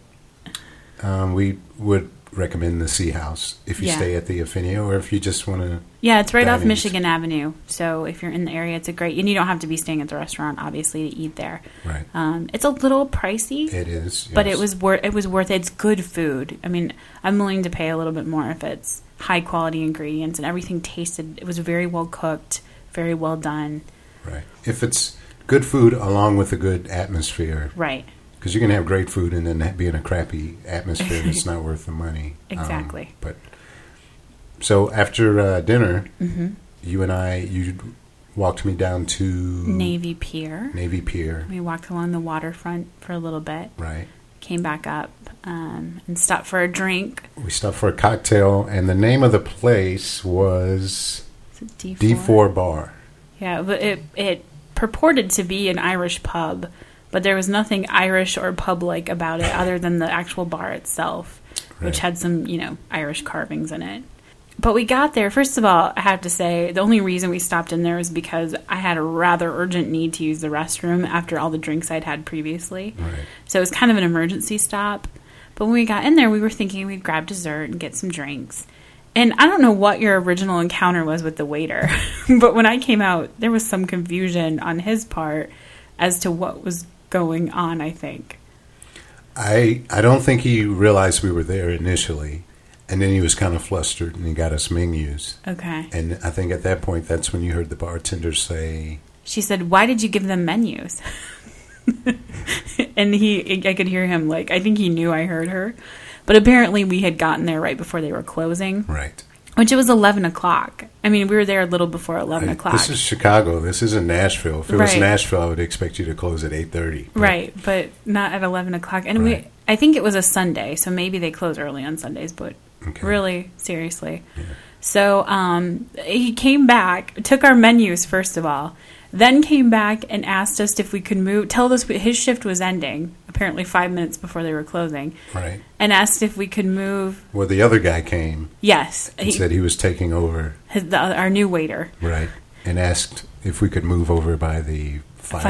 um, we would recommend the Sea House if you Yeah. stay at the Affinio or if you just want to. Yeah, it's right off Dining's- Michigan Avenue. So if you're in the area, it's a great. And you don't have to be staying at the restaurant, obviously, to eat there. Right. Um, it's a little pricey, It is. but yes. it was worth. It was worth. It. It's good food. I mean, I'm willing to pay a little bit more if it's high quality ingredients and everything tasted. It was very well cooked, very well done. Right. If it's good food along with a good atmosphere, Right. because you can have great food and then that be in a crappy atmosphere and it's not worth the money. Um, Exactly. but so after uh, dinner, you and I, you walked me down to Navy Pier. Navy Pier, We walked along the waterfront for a little bit, right? came back up, um, and stopped for a drink. We stopped for a cocktail, and the name of the place was Is it D4? D4 Bar. Yeah, but it it purported to be an Irish pub, but there was nothing Irish or pub like about it other than the actual bar itself, which Right. had some, you know, Irish carvings in it. But we got there, first of all, I have to say, the only reason we stopped in there was because I had a rather urgent need to use the restroom after all the drinks I'd had previously. Right. So it was kind of an emergency stop. But when we got in there, we were thinking we'd grab dessert and get some drinks. And I don't know what your original encounter was with the waiter, but when I came out, there was some confusion on his part as to what was going on, I think. I I don't think he realized we were there initially, and then he was kind of flustered and he got us menus. Okay. And I think at that point, that's when you heard the bartender say, She said, Why did you give them menus? and he, I could hear him, like, I think he knew I heard her. But apparently, we had gotten there right before they were closing, "Right, which it was 11 o'clock. I mean, we were there a little before 11 I- o'clock. this is Chicago. This isn't Nashville. If it was Right. Nashville, I would expect you to close at eight thirty. Right, but not at eleven o'clock. And we, Right. I think it was a Sunday, so maybe they close early on Sundays. But Okay. really, seriously, so um, he came back, took our menus first of all, then came back and asked us if we could move. Tell us his shift was ending, apparently five minutes before they were closing, Right. and asked if we could move. Well, the other guy came Yes, and he, said he was taking over. his, the, our new waiter. Right, and asked if we could move over by the Fireplace.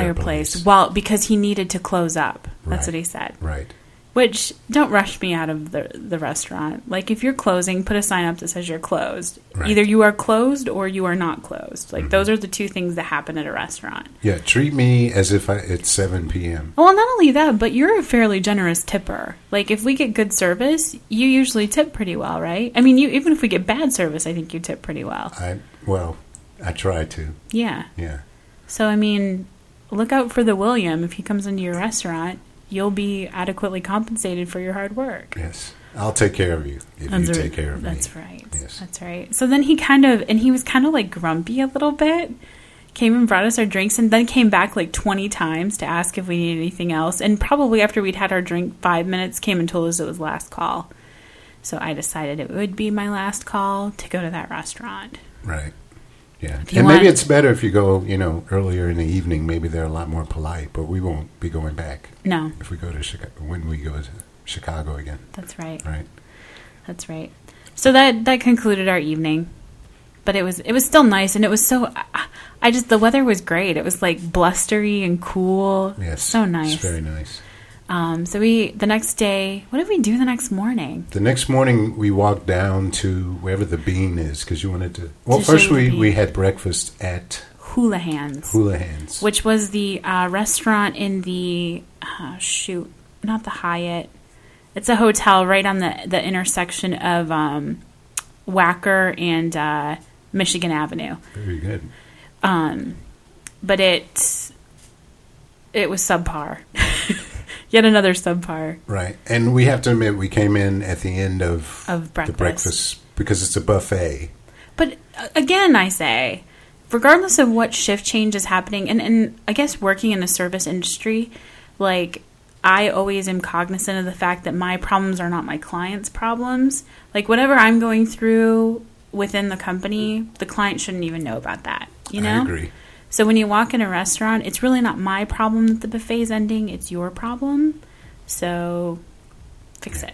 fireplace. Well, because he needed to close up. That's Right. what he said. Right. Which don't rush me out of the the restaurant. Like if you're closing, put a sign up that says you're closed. Right. Either you are closed or you are not closed. Like those are the two things that happen at a restaurant. Yeah. Treat me as if I, it's seven p.m. Well, not only that, but you're a fairly generous tipper. Like if we get good service, you usually tip pretty well, right? I mean, you even if we get bad service, I think you tip pretty well. I well, I try to. Yeah. Yeah. So I mean, look out for the William if he comes into your restaurant. You'll be adequately compensated for your hard work. Yes. I'll take care of you if you That's take care of me. That's right. Yes. That's right. So then he kind of, and he was kind of like grumpy a little bit. Came and brought us our drinks, and then came back like twenty times to ask if we needed anything else. And probably after we'd had our drink, five minutes came and told us it was last call. So I decided it would be my last call to go to that restaurant. Right. Yeah. you And maybe want- it's better if you go, you know, earlier in the evening. Maybe they're a lot more polite, but we won't be going back No, if we go to Chicago when we go to Chicago again. that's right. Right. That's right. So that that concluded our evening, but it was it was still nice, and it was so. I- I just the weather was great. It was like blustery and cool. Yes. so nice. It's very nice. Um, so we the next day, what did we do the next morning? The next morning, we walked down to wherever the bean is because you wanted to. Well, To first show the we, bean. we had breakfast at Hula hands, Houlihan's. which was the uh, restaurant in the uh, shoot, not the Hyatt. It's a hotel right on the the intersection of um, Wacker and uh, Michigan Avenue. Very good. um, but it it was subpar. Yet another subpar Right. And we have to admit, we came in at the end of, of breakfast. the breakfast because it's a buffet. But uh, again, I say, regardless of what shift change is happening, and, and I guess working in the service industry, like I always am cognizant of the fact that my problems are not my clients' problems. Like whatever I'm going through within the company, the client shouldn't even know about that. You know. I agree. So when you walk in a restaurant, it's really not my problem that the buffet's ending, it's your problem. So fix it.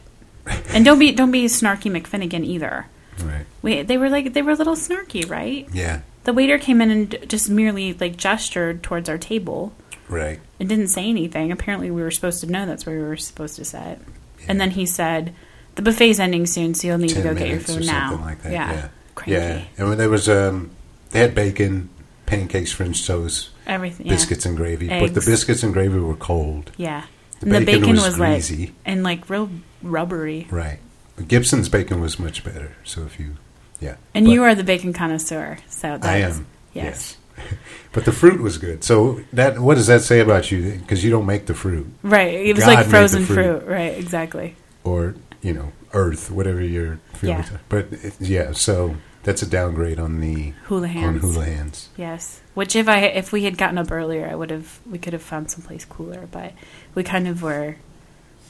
and don't be don't be snarky McFinnigan either. Right. We, they were like they were a little snarky, right? Yeah. The waiter came in and d- just merely like gestured towards our table Right. and didn't say anything. Apparently, we were supposed to know that's where we were supposed to sit. And then he said, "The buffet's ending soon, so you'll need to Ten go get your minutes food or now." something like that. Yeah, Yeah. cranky, Yeah. And when there was um, they had bacon, pancakes, French toast, everything, yeah. biscuits and gravy. But the Eggs. biscuits and gravy were cold. Yeah. The and the bacon bacon, was was, like greasy. and like real rubbery. Right. Gibson's bacon was much better. So if you, yeah. And But you are the bacon connoisseur, so that's, I am. Yes. yes. but the fruit was good. So that what does that say about you? Because you don't make the fruit. Right. It was God made like the frozen fruit. fruit. Right, exactly. or you know earth whatever your feelings Yeah. are but it, yeah so that's a downgrade on the Houlihan's. on hula hands Yes. Which if I if we had gotten up earlier, I would have we could have found someplace cooler, but we kind of were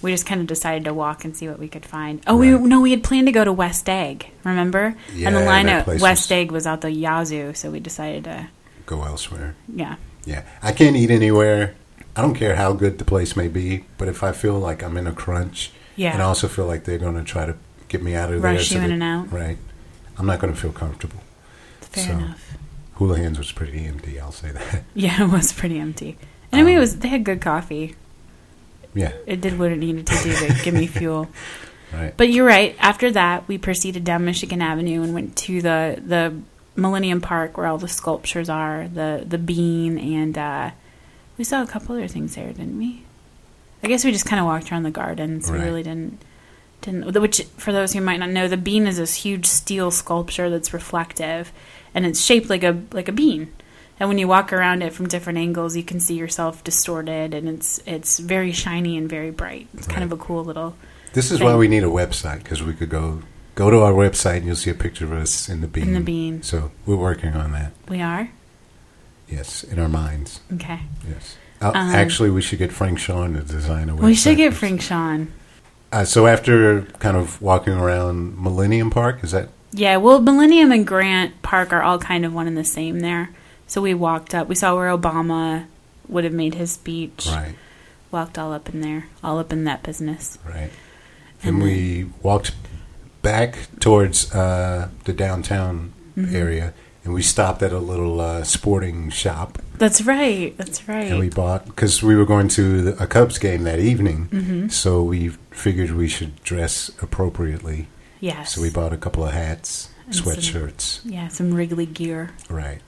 we just kind of decided to walk and see what we could find. Oh, Right. we no, we had planned to go to West Egg, remember? and the Yeah, line that at place West was- Egg was out the Yazoo, so we decided to go elsewhere yeah. yeah i can't eat anywhere i don't care how good the place may be but if i feel like i'm in a crunch Yeah. and i also feel like they're going to try to get me out of there Rush you in that- and out. right i'm not going to feel comfortable Fair So- enough. hula hands was pretty empty i'll say that Yeah, it was pretty empty. And I Um, mean, it was they had good coffee. yeah It did what it needed to do to give me fuel. right But you're right. After that, we proceeded down Michigan Avenue and went to the the Millennium Park where all the sculptures are, the the bean, and uh, we saw a couple other things there, didn't we? I guess we just kind of walked around the gardens. Right. We really didn't didn't. Which, for those who might not know, the bean is this huge steel sculpture that's reflective, and it's shaped like a like a bean. And when you walk around it from different angles, you can see yourself distorted, and it's it's very shiny and very bright. It's kind of Right. a cool little this is why Thank- we need a website because we could go go to our website and you'll see a picture of us in the bean In the bean. so we're working on that we are. yes in our minds Okay. Yes. Uh, actually, we should get Frank Sean to design a website. Um, We should get Frank Sean. Uh, so after kind of walking around Millennium Park, is that Yeah, well, Millennium and Grant Park are all kind of one and the same there. So we walked up. We saw where Obama would have made his speech. right? Walked all up in there, all up in that business. Right. And we walked back towards uh, the downtown Mm-hmm. area, and we stopped at a little uh, sporting shop, That's right. That's right. and we bought because we were going to the, a Cubs game that evening. Mm-hmm. So we figured we should dress appropriately. yes. So we bought a couple of hats, some- sweatshirts, yeah, some Wrigley gear. right?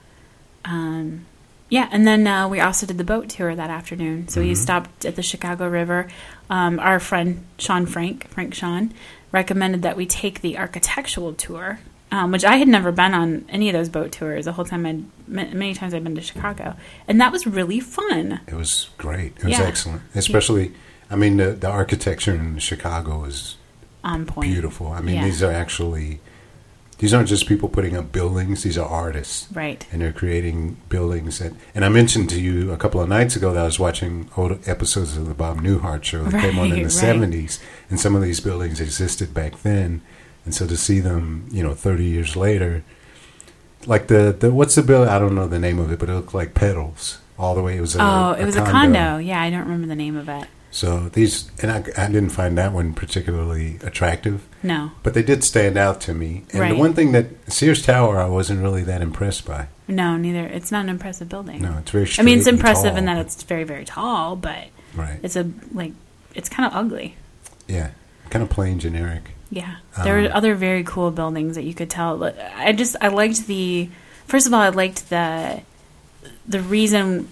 Um, yeah, and then uh, we also did the boat tour that afternoon. So Mm-hmm. we stopped at the Chicago River. Um, our friend Sean Frank, Frank Sean, recommended that we take the architectural tour, um, which I had never been on any of those boat tours. The whole time I'd ma- many times I've been to Chicago, and that was really fun. It was great. It was Yeah. excellent. Especially, I mean, the, the architecture in Chicago is On point. beautiful. I mean, Yeah. these are actually, these aren't just people putting up buildings, these are artists. Right. And they're creating buildings. That, and I mentioned to you a couple of nights ago that I was watching old episodes of the Bob Newhart show that came on in Right, the right. 70s. And some of these buildings existed back then. And so to see them, you know, 30 years later, like the, the what's the bill? I don't know the name of it, but it looked like petals all the way. It was Uh, a, Oh, it was a condo. Yeah, I don't remember the name of it. so these, and I, I didn't find that one particularly attractive, No, but they did stand out to me. And the Right. one thing that Sears Tower, I wasn't really that impressed by. no, neither. It's not an impressive building. No, it's very. I mean, it's straight and impressive tall, in that but- it's very, very tall, but right. it's a like it's kind of ugly. Yeah, kind of plain generic. Yeah, there were Um, other very cool buildings that you could tell. Like, I just I liked the first of all I liked the the reason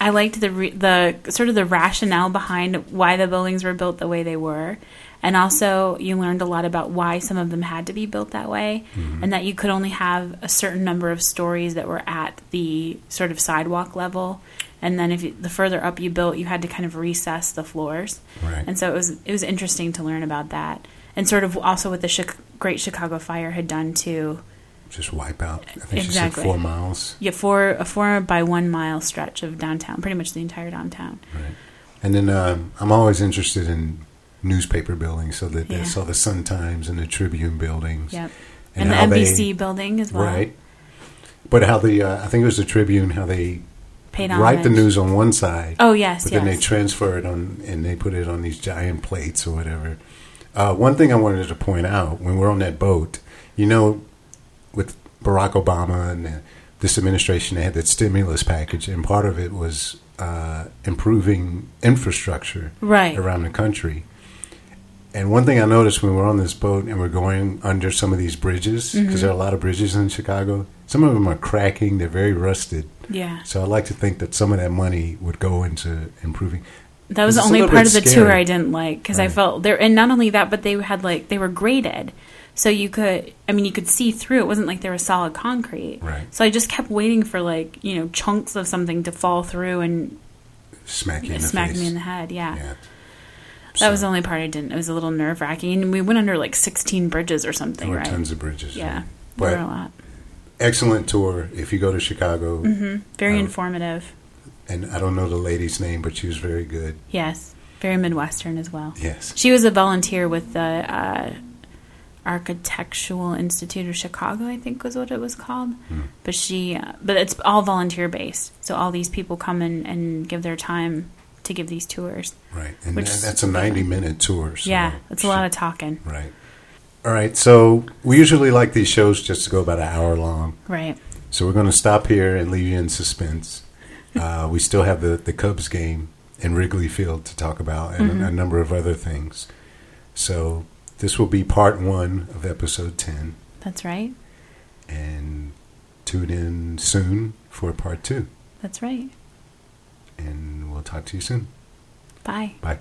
I liked the re- the sort of the rationale behind why the buildings were built the way they were, and also you learned a lot about why some of them had to be built that way, and that you could only have a certain number of stories that were at the sort of sidewalk level. And then, if you, the further up you built, you had to kind of recess the floors, Right. and so it was it was interesting to learn about that, and sort of also what the Chi- Great Chicago Fire had done to Just wipe out. I think she said Exactly. four miles. yeah four a four by one mile stretch of downtown, pretty much the entire downtown. Right. And then um, I'm always interested in newspaper buildings, so that Yeah. I saw the Sun Times and the Tribune buildings. Yep, And and, how the they- NBC building as well. Right. But how the uh, I think it was the Tribune how they Paid write the homage. news on one side. Oh yes, But yes. then they transfer it on, and they put it on these giant plates or whatever. Uh, one thing I wanted to point out when we're on that boat, you know, with Barack Obama and the, this administration, they had that stimulus package, and part of it was uh, improving infrastructure Right. around the country. And one thing I noticed when we're on this boat and we're going under some of these bridges, Mm-hmm. because there are a lot of bridges in Chicago, some of them are cracking, they're very rusted. yeah, So I like to think that some of that money would go into improving. that was the It's a only little part of bit the tour scary. I didn't like because I Right. felt there, and not only that, but they had like they were graded, so you could I mean you could see through. It wasn't like they were solid concrete. Right. So I just kept waiting for like you know chunks of something to fall through and Smack you in the smack face. me in the head. Yeah. That was So the only part I didn't. It was a little nerve wracking, and we went under like sixteen bridges or something, There were right? tons of bridges. yeah, there were a But lot. excellent tour if you go to Chicago. Mm-hmm. Very um, informative. And I don't know the lady's name, but she was very good. Yes, very midwestern as well. Yes. She was a volunteer with the uh, Architectural Institute of Chicago, I think was what it was called. But she, uh, but it's all volunteer based. So all these people come in and give their time to give these tours. Right. And Which that, is that's a 90 minute tour. So yeah, it's a she- lot of talking, Right. All right. So we usually like these shows just to go about an hour long. right? So we're going to stop here and leave you in suspense. Uh, we still have the, the Cubs game in Wrigley Field to talk about and a, a number of other things. So this will be part one of episode 10. That's right. And tune in soon for part two. That's right. And we'll talk to you soon. Bye. Bye.